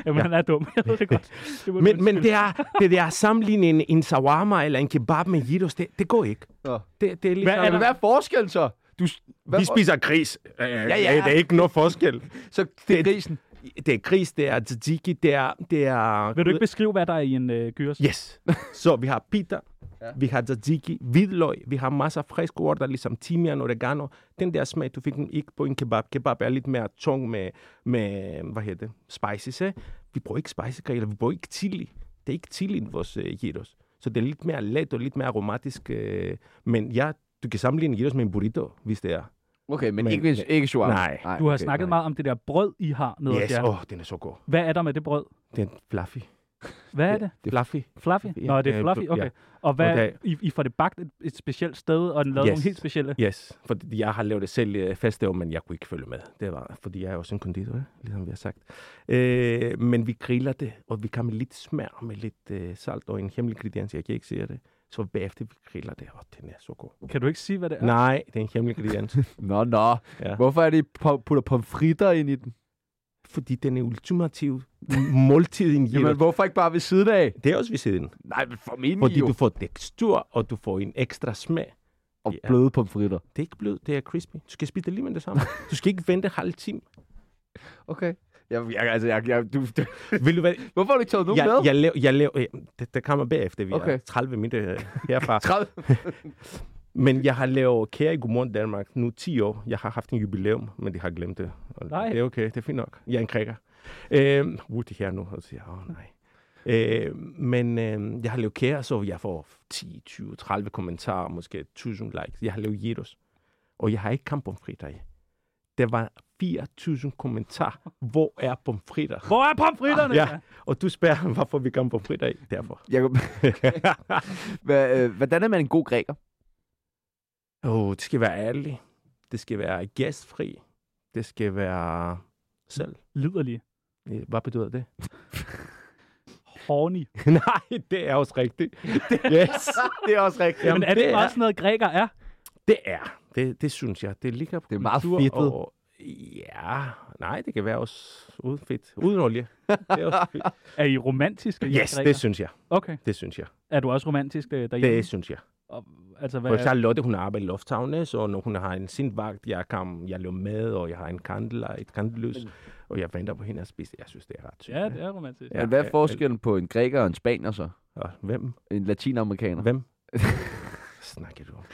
[SPEAKER 3] Jamen, han er dum. Jeg ved det godt. Det må du
[SPEAKER 4] Men, men
[SPEAKER 3] undskylde.
[SPEAKER 4] det er, det der at sammenligne en, en shawarma eller en kebab med gyros, det, det går ikke.
[SPEAKER 1] Nå.
[SPEAKER 4] Det, det er ligesom,
[SPEAKER 1] Hvad er, hvad er forskellen så? Du, s- hvad,
[SPEAKER 4] Vi spiser gris. Ja, ja.
[SPEAKER 1] ja.
[SPEAKER 4] Det er ikke noget forskel.
[SPEAKER 1] Så det er grisen.
[SPEAKER 4] Det er gris, det er tzatziki, det er... Det er
[SPEAKER 3] Vil du ikke beskrive, hvad der er i en øh, gyros?
[SPEAKER 4] Yes. Så vi har pita, ja. vi har tzatziki, hvidløg, vi har masser af friske urter, ligesom timian, oregano. Den der smag, du fik den ikke på en kebab. Kebab er lidt mere tung med, med hvad hedder det, spices. Eh? Vi bruger ikke spicy eller vi bruger ikke chili. Det er ikke chili i vores uh, gyros. Så det er lidt mere let og lidt mere aromatisk. Øh, men ja, du kan sammenligne gyros med en burrito, hvis det er.
[SPEAKER 1] Okay, men,
[SPEAKER 4] Men-
[SPEAKER 1] men ikke, hvis- ikke shawarma.
[SPEAKER 4] Nej.
[SPEAKER 3] Du har
[SPEAKER 1] okay,
[SPEAKER 3] snakket meget om det der brød, I har nede hos
[SPEAKER 4] Yes,
[SPEAKER 3] jer.
[SPEAKER 4] åh, oh, den er så god.
[SPEAKER 3] Hvad er der med det brød?
[SPEAKER 4] Den er fluffy.
[SPEAKER 3] Hvad er det?
[SPEAKER 4] Det er fluffy.
[SPEAKER 3] Fluffy?
[SPEAKER 4] Ja,
[SPEAKER 3] Nå, det
[SPEAKER 4] øh,
[SPEAKER 3] er fluffy?
[SPEAKER 4] ja.
[SPEAKER 3] Okay. Og hvad,
[SPEAKER 4] Okay.
[SPEAKER 3] I, I får det bagt et, et specielt sted, og den lavet
[SPEAKER 4] Yes.
[SPEAKER 3] nogle helt specielle...
[SPEAKER 4] Yes, for jeg har lavet det selv øh, fast år, men jeg kunne ikke følge med. Det var, fordi jeg er også en konditor, ja, ligesom vi har sagt. Øh, men vi griller det, og vi kan med lidt smør, med lidt øh, salt og en hemmelig ingrediens, jeg kan ikke sige det. Så bagefter vi griller det, og den er så god.
[SPEAKER 3] Kan du ikke sige, hvad det er?
[SPEAKER 4] Ja. Nej, det er en hemmelig ingrediens,
[SPEAKER 1] Nå, nå.
[SPEAKER 4] Ja.
[SPEAKER 1] Ja. Hvorfor er det, I po- putter pomfritter ind i den?
[SPEAKER 4] fordi den er ultimativ måltid i en
[SPEAKER 1] Jamen,
[SPEAKER 4] Jamen,
[SPEAKER 1] hvorfor ikke bare ved siden af?
[SPEAKER 4] Det er også ved siden,
[SPEAKER 1] Nej, men formentlig
[SPEAKER 4] fordi
[SPEAKER 1] jo.
[SPEAKER 4] du får tekstur, og du får en ekstra smag.
[SPEAKER 1] Og
[SPEAKER 4] Ja.
[SPEAKER 1] bløde pomfritter.
[SPEAKER 4] Det er ikke blødt, det er crispy. Du skal spise det lige med det samme. Du skal ikke vente halv time.
[SPEAKER 1] Okay. Jeg, jeg, altså, jeg, jeg, du,
[SPEAKER 4] Vil du være,
[SPEAKER 1] hvorfor har du ikke taget nogen
[SPEAKER 4] jeg,
[SPEAKER 1] med?
[SPEAKER 4] jeg, lav, jeg lav, øh, det, det kommer bagefter, vi okay. er
[SPEAKER 1] Okay.
[SPEAKER 4] 30 minutter øh, herfra.
[SPEAKER 1] 30.
[SPEAKER 4] Men jeg har lavet Kære i Godmorgen Danmark nu 10 år. Jeg har haft en jubilæum, men de har glemt det. Og
[SPEAKER 3] Nej.
[SPEAKER 4] Det er okay, det er fint nok. Jeg er en krækker. Øhm, uh, det her nu, og så siger jeg, åh nej. Øh, men øh, jeg har lavet Kære, så jeg får 10, 20, 30 kommentarer, måske 1000 likes. Jeg har lavet Jedos, og jeg har ikke kamp om fritter i. Der var 4.000 kommentarer. Hvor er pomfritter?
[SPEAKER 3] Hvor er pomfritterne?
[SPEAKER 4] Ja, og du spørger, hvorfor vi kom på fritter i. Derfor.
[SPEAKER 1] Jeg, Hva, øh, hvordan er man en god græker?
[SPEAKER 4] Åh, oh, det skal være ærligt. Det skal være gæstfri. Det skal være selv.
[SPEAKER 3] Liderlige.
[SPEAKER 4] Øh, Hvad betyder det?
[SPEAKER 3] Horny.
[SPEAKER 4] Nej, det er også rigtigt. Yes.
[SPEAKER 1] Det er også rigtigt.
[SPEAKER 3] Jamen,
[SPEAKER 4] Jamen,
[SPEAKER 3] Men er det,
[SPEAKER 4] det
[SPEAKER 3] det
[SPEAKER 4] er-
[SPEAKER 3] også noget, græker er?
[SPEAKER 4] det er. Det, det synes jeg. Det ligger på
[SPEAKER 1] Det er meget
[SPEAKER 4] kultur
[SPEAKER 1] fedtet.
[SPEAKER 4] Og, ja, nej, det kan være også uden fedt. Uden olie. Det er også fedt.
[SPEAKER 3] Er I romantiske? I
[SPEAKER 4] Yes,
[SPEAKER 3] græker?
[SPEAKER 4] det synes jeg.
[SPEAKER 3] Okay.
[SPEAKER 4] Det synes jeg.
[SPEAKER 3] Er du også romantisk øh, derhjemme?
[SPEAKER 4] Det synes jeg.
[SPEAKER 3] Og, altså, hvad
[SPEAKER 4] For
[SPEAKER 3] er...
[SPEAKER 4] Charlotte, hun arbejder i Lufthavne, så når hun har en sindvagt, jeg, kan, jeg løber med, og jeg har en kandel og et
[SPEAKER 1] Mm.
[SPEAKER 4] kandelys, og jeg venter på hende at spise. Jeg synes, det er ret sygt.
[SPEAKER 3] Ja, det er romantisk.
[SPEAKER 1] Men hvad er forskellen på en græker og en spanier så?
[SPEAKER 4] Og hvem?
[SPEAKER 1] En latinamerikaner?
[SPEAKER 4] Hvem? snakker du om?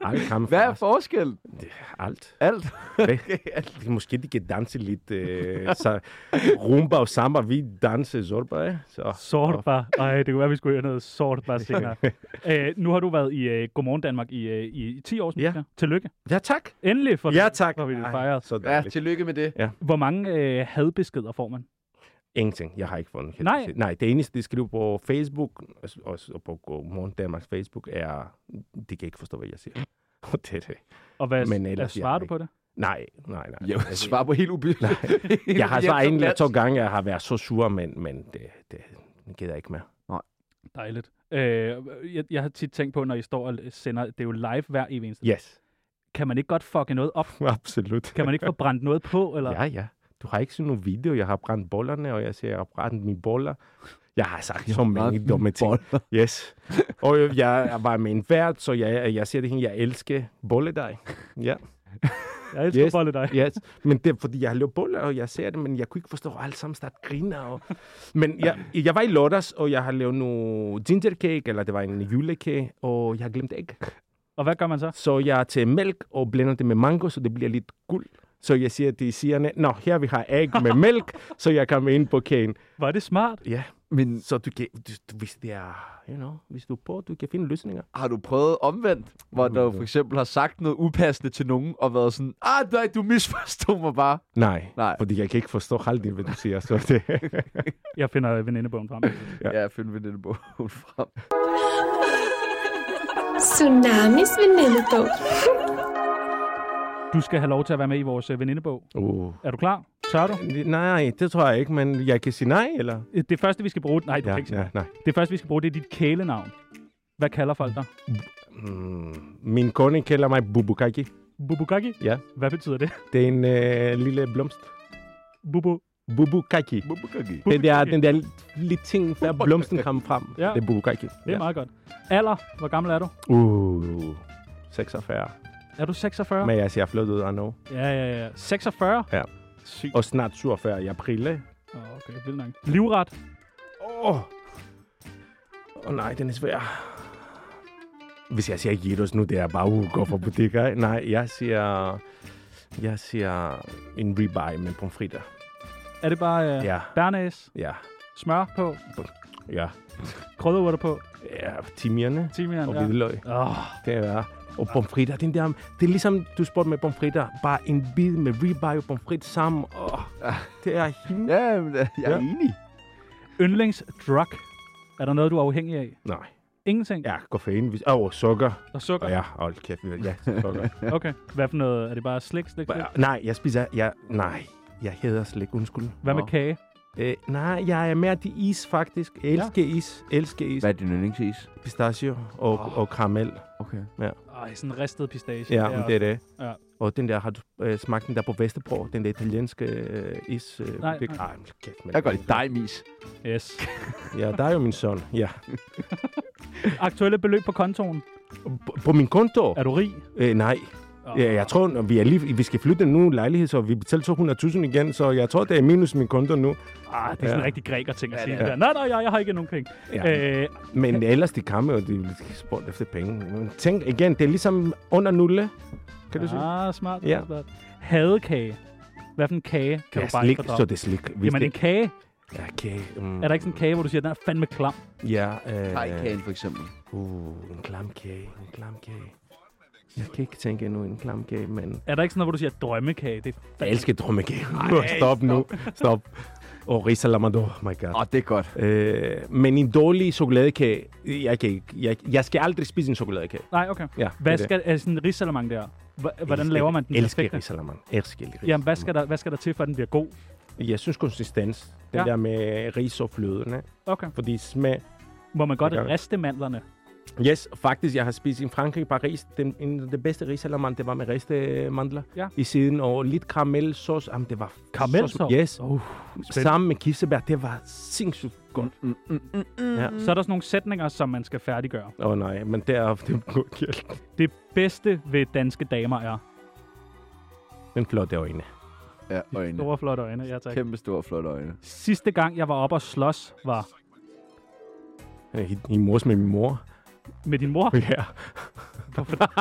[SPEAKER 4] Alt ham
[SPEAKER 1] Hvad er
[SPEAKER 4] for?
[SPEAKER 1] forskellen?
[SPEAKER 4] Alt.
[SPEAKER 1] Alt.
[SPEAKER 4] Det er måske, de kan danse lidt. Øh, så rumba og samba, vi danser zorba, eh? Så,
[SPEAKER 3] Sortbar. Ej, det kunne være, vi skulle høre noget sortbar senere. Æ, nu har du været i øh, Godmorgen Danmark i, øh, i, i 10 år, som
[SPEAKER 4] Ja.
[SPEAKER 3] ja. Tillykke.
[SPEAKER 4] Ja, tak.
[SPEAKER 3] Endelig for
[SPEAKER 4] Ja, tak.
[SPEAKER 3] For vi det
[SPEAKER 4] Ej,
[SPEAKER 3] fejret.
[SPEAKER 4] Så
[SPEAKER 1] Ja,
[SPEAKER 4] dejligt.
[SPEAKER 1] tillykke med det.
[SPEAKER 3] Hvor mange øh, hadbeskeder får man?
[SPEAKER 4] Ingenting. Jeg har ikke fundet
[SPEAKER 3] Nej.
[SPEAKER 4] heldigvis. Nej, det eneste, de skriver på Facebook, og og på Godmorgen Danmarks Facebook, er, de kan ikke forstå, hvad jeg siger. Og det er det.
[SPEAKER 3] Og hvad
[SPEAKER 4] Men
[SPEAKER 3] Men
[SPEAKER 4] ellers, jeg
[SPEAKER 3] svarer
[SPEAKER 4] har
[SPEAKER 3] du
[SPEAKER 4] ikke-
[SPEAKER 3] på det?
[SPEAKER 4] Nej, nej, nej.
[SPEAKER 1] Jeg
[SPEAKER 4] Altså,
[SPEAKER 1] svarer på helt uby.
[SPEAKER 4] Jeg har svaret en eller to gange, jeg har været så sur, men, men det, det, det gider jeg ikke mere.
[SPEAKER 3] Dejligt. Øh, jeg, jeg har tit tænkt på, når I står og sender, det er jo live hver evig eneste.
[SPEAKER 4] Yes,
[SPEAKER 3] Kan man ikke godt fucke noget op?
[SPEAKER 4] absolut.
[SPEAKER 3] Kan man ikke få brændt noget på? Eller?
[SPEAKER 4] Ja, ja. Du har ikke set nogen video. Jeg har brændt bollerne, og jeg siger, jeg har brændt mine boller. Jeg har sagt så mange dumme ting. Yes. Og jeg- jeg var med en vært, så jeg, jeg siger det hende, jeg elsker bolledej. Ja,
[SPEAKER 3] Jeg elsker
[SPEAKER 4] Yes.
[SPEAKER 3] yes. bolle dig.
[SPEAKER 4] yes. Men det er, fordi jeg har lavet boller, og jeg ser det, men jeg kunne ikke forstå, at alle sammen starte griner. Og... Men jeg, jeg var i Lotters, og jeg har lavet nogle gingercake, eller det var en julekage, og jeg har glemt æg.
[SPEAKER 3] Og hvad gør man så?
[SPEAKER 4] Så jeg tager mælk og blander det med mango, så det bliver lidt guld. Så jeg siger til sigerne, nå, her vi har æg med mælk, så jeg kommer ind på kagen.
[SPEAKER 3] Var det smart?
[SPEAKER 4] Ja,
[SPEAKER 1] Men
[SPEAKER 4] Så du kan, du, du, hvis, det er, you know, hvis du er på, du kan finde løsninger.
[SPEAKER 1] har du prøvet omvendt, hvor du for eksempel har sagt noget upassende til nogen, og været sådan, ah nej, du misforstod mig bare.
[SPEAKER 4] Nej,
[SPEAKER 1] Nej.
[SPEAKER 4] fordi jeg kan ikke forstå halvdelen, hvad du siger. Så det,
[SPEAKER 3] Jeg finder venindebogen frem.
[SPEAKER 1] Ja, ja find venindebogen frem.
[SPEAKER 7] Tsunamis venindebog.
[SPEAKER 3] Du skal have lov til at være med i vores øh, venindebog.
[SPEAKER 4] uh.
[SPEAKER 3] Er du klar? Tør du?
[SPEAKER 4] Nej, det tror jeg ikke, men jeg kan sige nej, eller?
[SPEAKER 3] Det første, vi skal bruge... Nej, du ja, kan ikke sige
[SPEAKER 4] ja, nej.
[SPEAKER 3] Det første, vi skal bruge, det er dit kælenavn. Hvad kalder folk dig?
[SPEAKER 4] Mm, min kone kalder mig Bubukaki.
[SPEAKER 3] Bubukaki?
[SPEAKER 4] Ja.
[SPEAKER 3] Hvad betyder det?
[SPEAKER 4] Det er en øh, lille blomst.
[SPEAKER 3] Bubu.
[SPEAKER 4] Bubukaki.
[SPEAKER 1] Bubukagi.
[SPEAKER 4] Den der, den der lille ting, der blomsten kommer frem.
[SPEAKER 3] Ja.
[SPEAKER 4] Det er Bubukaki.
[SPEAKER 3] Det er ja. meget godt. Alder. Hvor gammel er du?
[SPEAKER 4] Uh, 46.
[SPEAKER 3] Er du 46?
[SPEAKER 4] Men jeg ser flot ud endnu.
[SPEAKER 3] Ja, ja, ja. 46?
[SPEAKER 4] Ja.
[SPEAKER 3] Sygt.
[SPEAKER 4] Og snart 47 i april. ikke?
[SPEAKER 3] Åh, okay, vildt nok. Livret.
[SPEAKER 4] Åh, oh. oh, nej, den er svær. Hvis jeg siger Jeros nu, det er bare uh, går fra butikker. ikke? Nej, jeg siger... Jeg siger en ribeye med pomfritter.
[SPEAKER 3] Er det bare øh, ja.
[SPEAKER 4] Ja,
[SPEAKER 3] bernæs,
[SPEAKER 4] ja,
[SPEAKER 3] smør på,
[SPEAKER 4] ja.
[SPEAKER 3] krydderurter på,
[SPEAKER 4] Ja, timierne
[SPEAKER 3] timian?
[SPEAKER 4] og
[SPEAKER 3] Ja.
[SPEAKER 4] hvidløg.
[SPEAKER 3] Oh,
[SPEAKER 4] Det er og pomfritter, den der, det er ligesom, du spurgte med pomfritter, bare en bid med ribeye og pomfrit sammen, åh, det er hende.
[SPEAKER 1] Ja, men, øh, jeg er
[SPEAKER 4] Ja.
[SPEAKER 1] enig.
[SPEAKER 3] yndlingsdrug. Er der noget, du er afhængig af?
[SPEAKER 4] Nej,
[SPEAKER 3] Ingenting?
[SPEAKER 4] ja, koffein, hvis, åh, oh, sukker,
[SPEAKER 3] Og sukker?
[SPEAKER 4] og ja, hold kæft, ja, sukker.
[SPEAKER 3] Okay. Hvad for noget? Er det bare slik, slik, slik?
[SPEAKER 4] Bare- Nej, jeg spiser... Jeg, nej, jeg hader slik, undskyld.
[SPEAKER 3] Hvad med
[SPEAKER 1] Nå.
[SPEAKER 3] kage?
[SPEAKER 4] Øh, nej, jeg er mere til is, faktisk. Jeg elsker ja. is. Elsker is.
[SPEAKER 1] Hvad er din yndlingsis?
[SPEAKER 4] Pistachio og, oh. og karamel.
[SPEAKER 1] Okay.
[SPEAKER 3] Ej, sådan en ristet pistache.
[SPEAKER 4] Ja, men det er det.
[SPEAKER 3] Ja.
[SPEAKER 4] Og den der, har du øh, smagt den der på Vesterbro? Den der italienske øh, is? Øh,
[SPEAKER 3] Nej,
[SPEAKER 4] butik?
[SPEAKER 3] nej.
[SPEAKER 4] Ej, men kæft, man.
[SPEAKER 1] Jeg går lidt dejmis.
[SPEAKER 3] Yes.
[SPEAKER 4] Ja, der er jo min søn. Ja.
[SPEAKER 3] Aktuelle beløb på kontoen.
[SPEAKER 4] På, på min konto?
[SPEAKER 3] Er du rig?
[SPEAKER 4] Øh, nej.
[SPEAKER 3] Åh.
[SPEAKER 4] Ja, jeg tror, når vi, er lige, vi skal flytte nu lejlighed, så vi betaler 200.000 igen, så jeg tror, det er minus min konto nu.
[SPEAKER 3] Ah, det er sådan en
[SPEAKER 4] Ja.
[SPEAKER 3] rigtig græker ting at
[SPEAKER 1] Ja,
[SPEAKER 3] sige.
[SPEAKER 1] det
[SPEAKER 3] Ja, nej, nej, jeg, jeg har ikke nogen penge. Ja. Øh,
[SPEAKER 4] Men ellers, de kan jo, de er lidt spurgt efter penge. Men tænk igen, det er ligesom under nulle. Kan du sige?
[SPEAKER 3] ah, smart.
[SPEAKER 4] Ja.
[SPEAKER 3] Ja. smart. Hadekage. Hvad for en kage kan
[SPEAKER 4] Ja,
[SPEAKER 3] du bare
[SPEAKER 4] slik,
[SPEAKER 3] ikke fordrage?
[SPEAKER 4] så det er slik. Hvis
[SPEAKER 3] Jamen en
[SPEAKER 4] det,
[SPEAKER 3] kage.
[SPEAKER 4] ja, okay. Um,
[SPEAKER 3] Er der ikke sådan en kage, hvor du siger, den er fandme klam?
[SPEAKER 4] Ja, øh,
[SPEAKER 1] Kajkagen for eksempel.
[SPEAKER 4] Uh, en klamkage, en klamkage. Jeg kan ikke tænke endnu en klamkage, men...
[SPEAKER 3] Er der ikke sådan noget, hvor du siger, drømmekage? Det er
[SPEAKER 4] Jeg elsker drømmekage. Stop, stop nu. Stop. Og risalamado, oh my god.
[SPEAKER 1] Åh, det er godt.
[SPEAKER 4] Øh, men en dårlig chokoladekage, jeg, kan ikke, jeg, jeg skal aldrig spise en chokoladekage.
[SPEAKER 3] Nej, okay.
[SPEAKER 4] Ja,
[SPEAKER 3] Hvad skal, er sådan en risalamang der? Hva- Hvordan laver man den
[SPEAKER 4] Elsker
[SPEAKER 3] perfekte?
[SPEAKER 4] risalamande. Elsker risalamande.
[SPEAKER 3] Jamen, hvad skal, der, hvad skal der til, for at den bliver god?
[SPEAKER 4] Jeg synes konsistens. Den
[SPEAKER 3] Ja.
[SPEAKER 4] ja. der med ris og fløden, ikke?
[SPEAKER 3] Okay.
[SPEAKER 4] Fordi smag...
[SPEAKER 3] Må man godt
[SPEAKER 4] Det gør vi.
[SPEAKER 3] riste mandlerne?
[SPEAKER 4] Yes, faktisk, jeg har spist i Frankrig, i Paris. Den, en, den bedste risalamande, det var med ristede mandler
[SPEAKER 3] Ja.
[SPEAKER 4] i siden. Og lidt karamelsauce. Jamen, det var...
[SPEAKER 3] Karamelsauce?
[SPEAKER 4] Yes.
[SPEAKER 3] Uh, spændende.
[SPEAKER 4] Sammen med kirsebær, det var sindssygt godt. Åh mm,
[SPEAKER 3] Så er der sådan nogle sætninger, som man skal færdiggøre.
[SPEAKER 4] oh, nej, men det er det er godt.
[SPEAKER 3] Det bedste ved danske damer er
[SPEAKER 4] Den flotte øjne.
[SPEAKER 1] Ja, øjne.
[SPEAKER 3] store, flotte øjne. Ja, tak.
[SPEAKER 1] Kæmpe store, flotte øjne.
[SPEAKER 3] Sidste gang, jeg var oppe og slås, var
[SPEAKER 4] Øh, I, I mors med min mor.
[SPEAKER 3] med din mor.
[SPEAKER 4] Ja.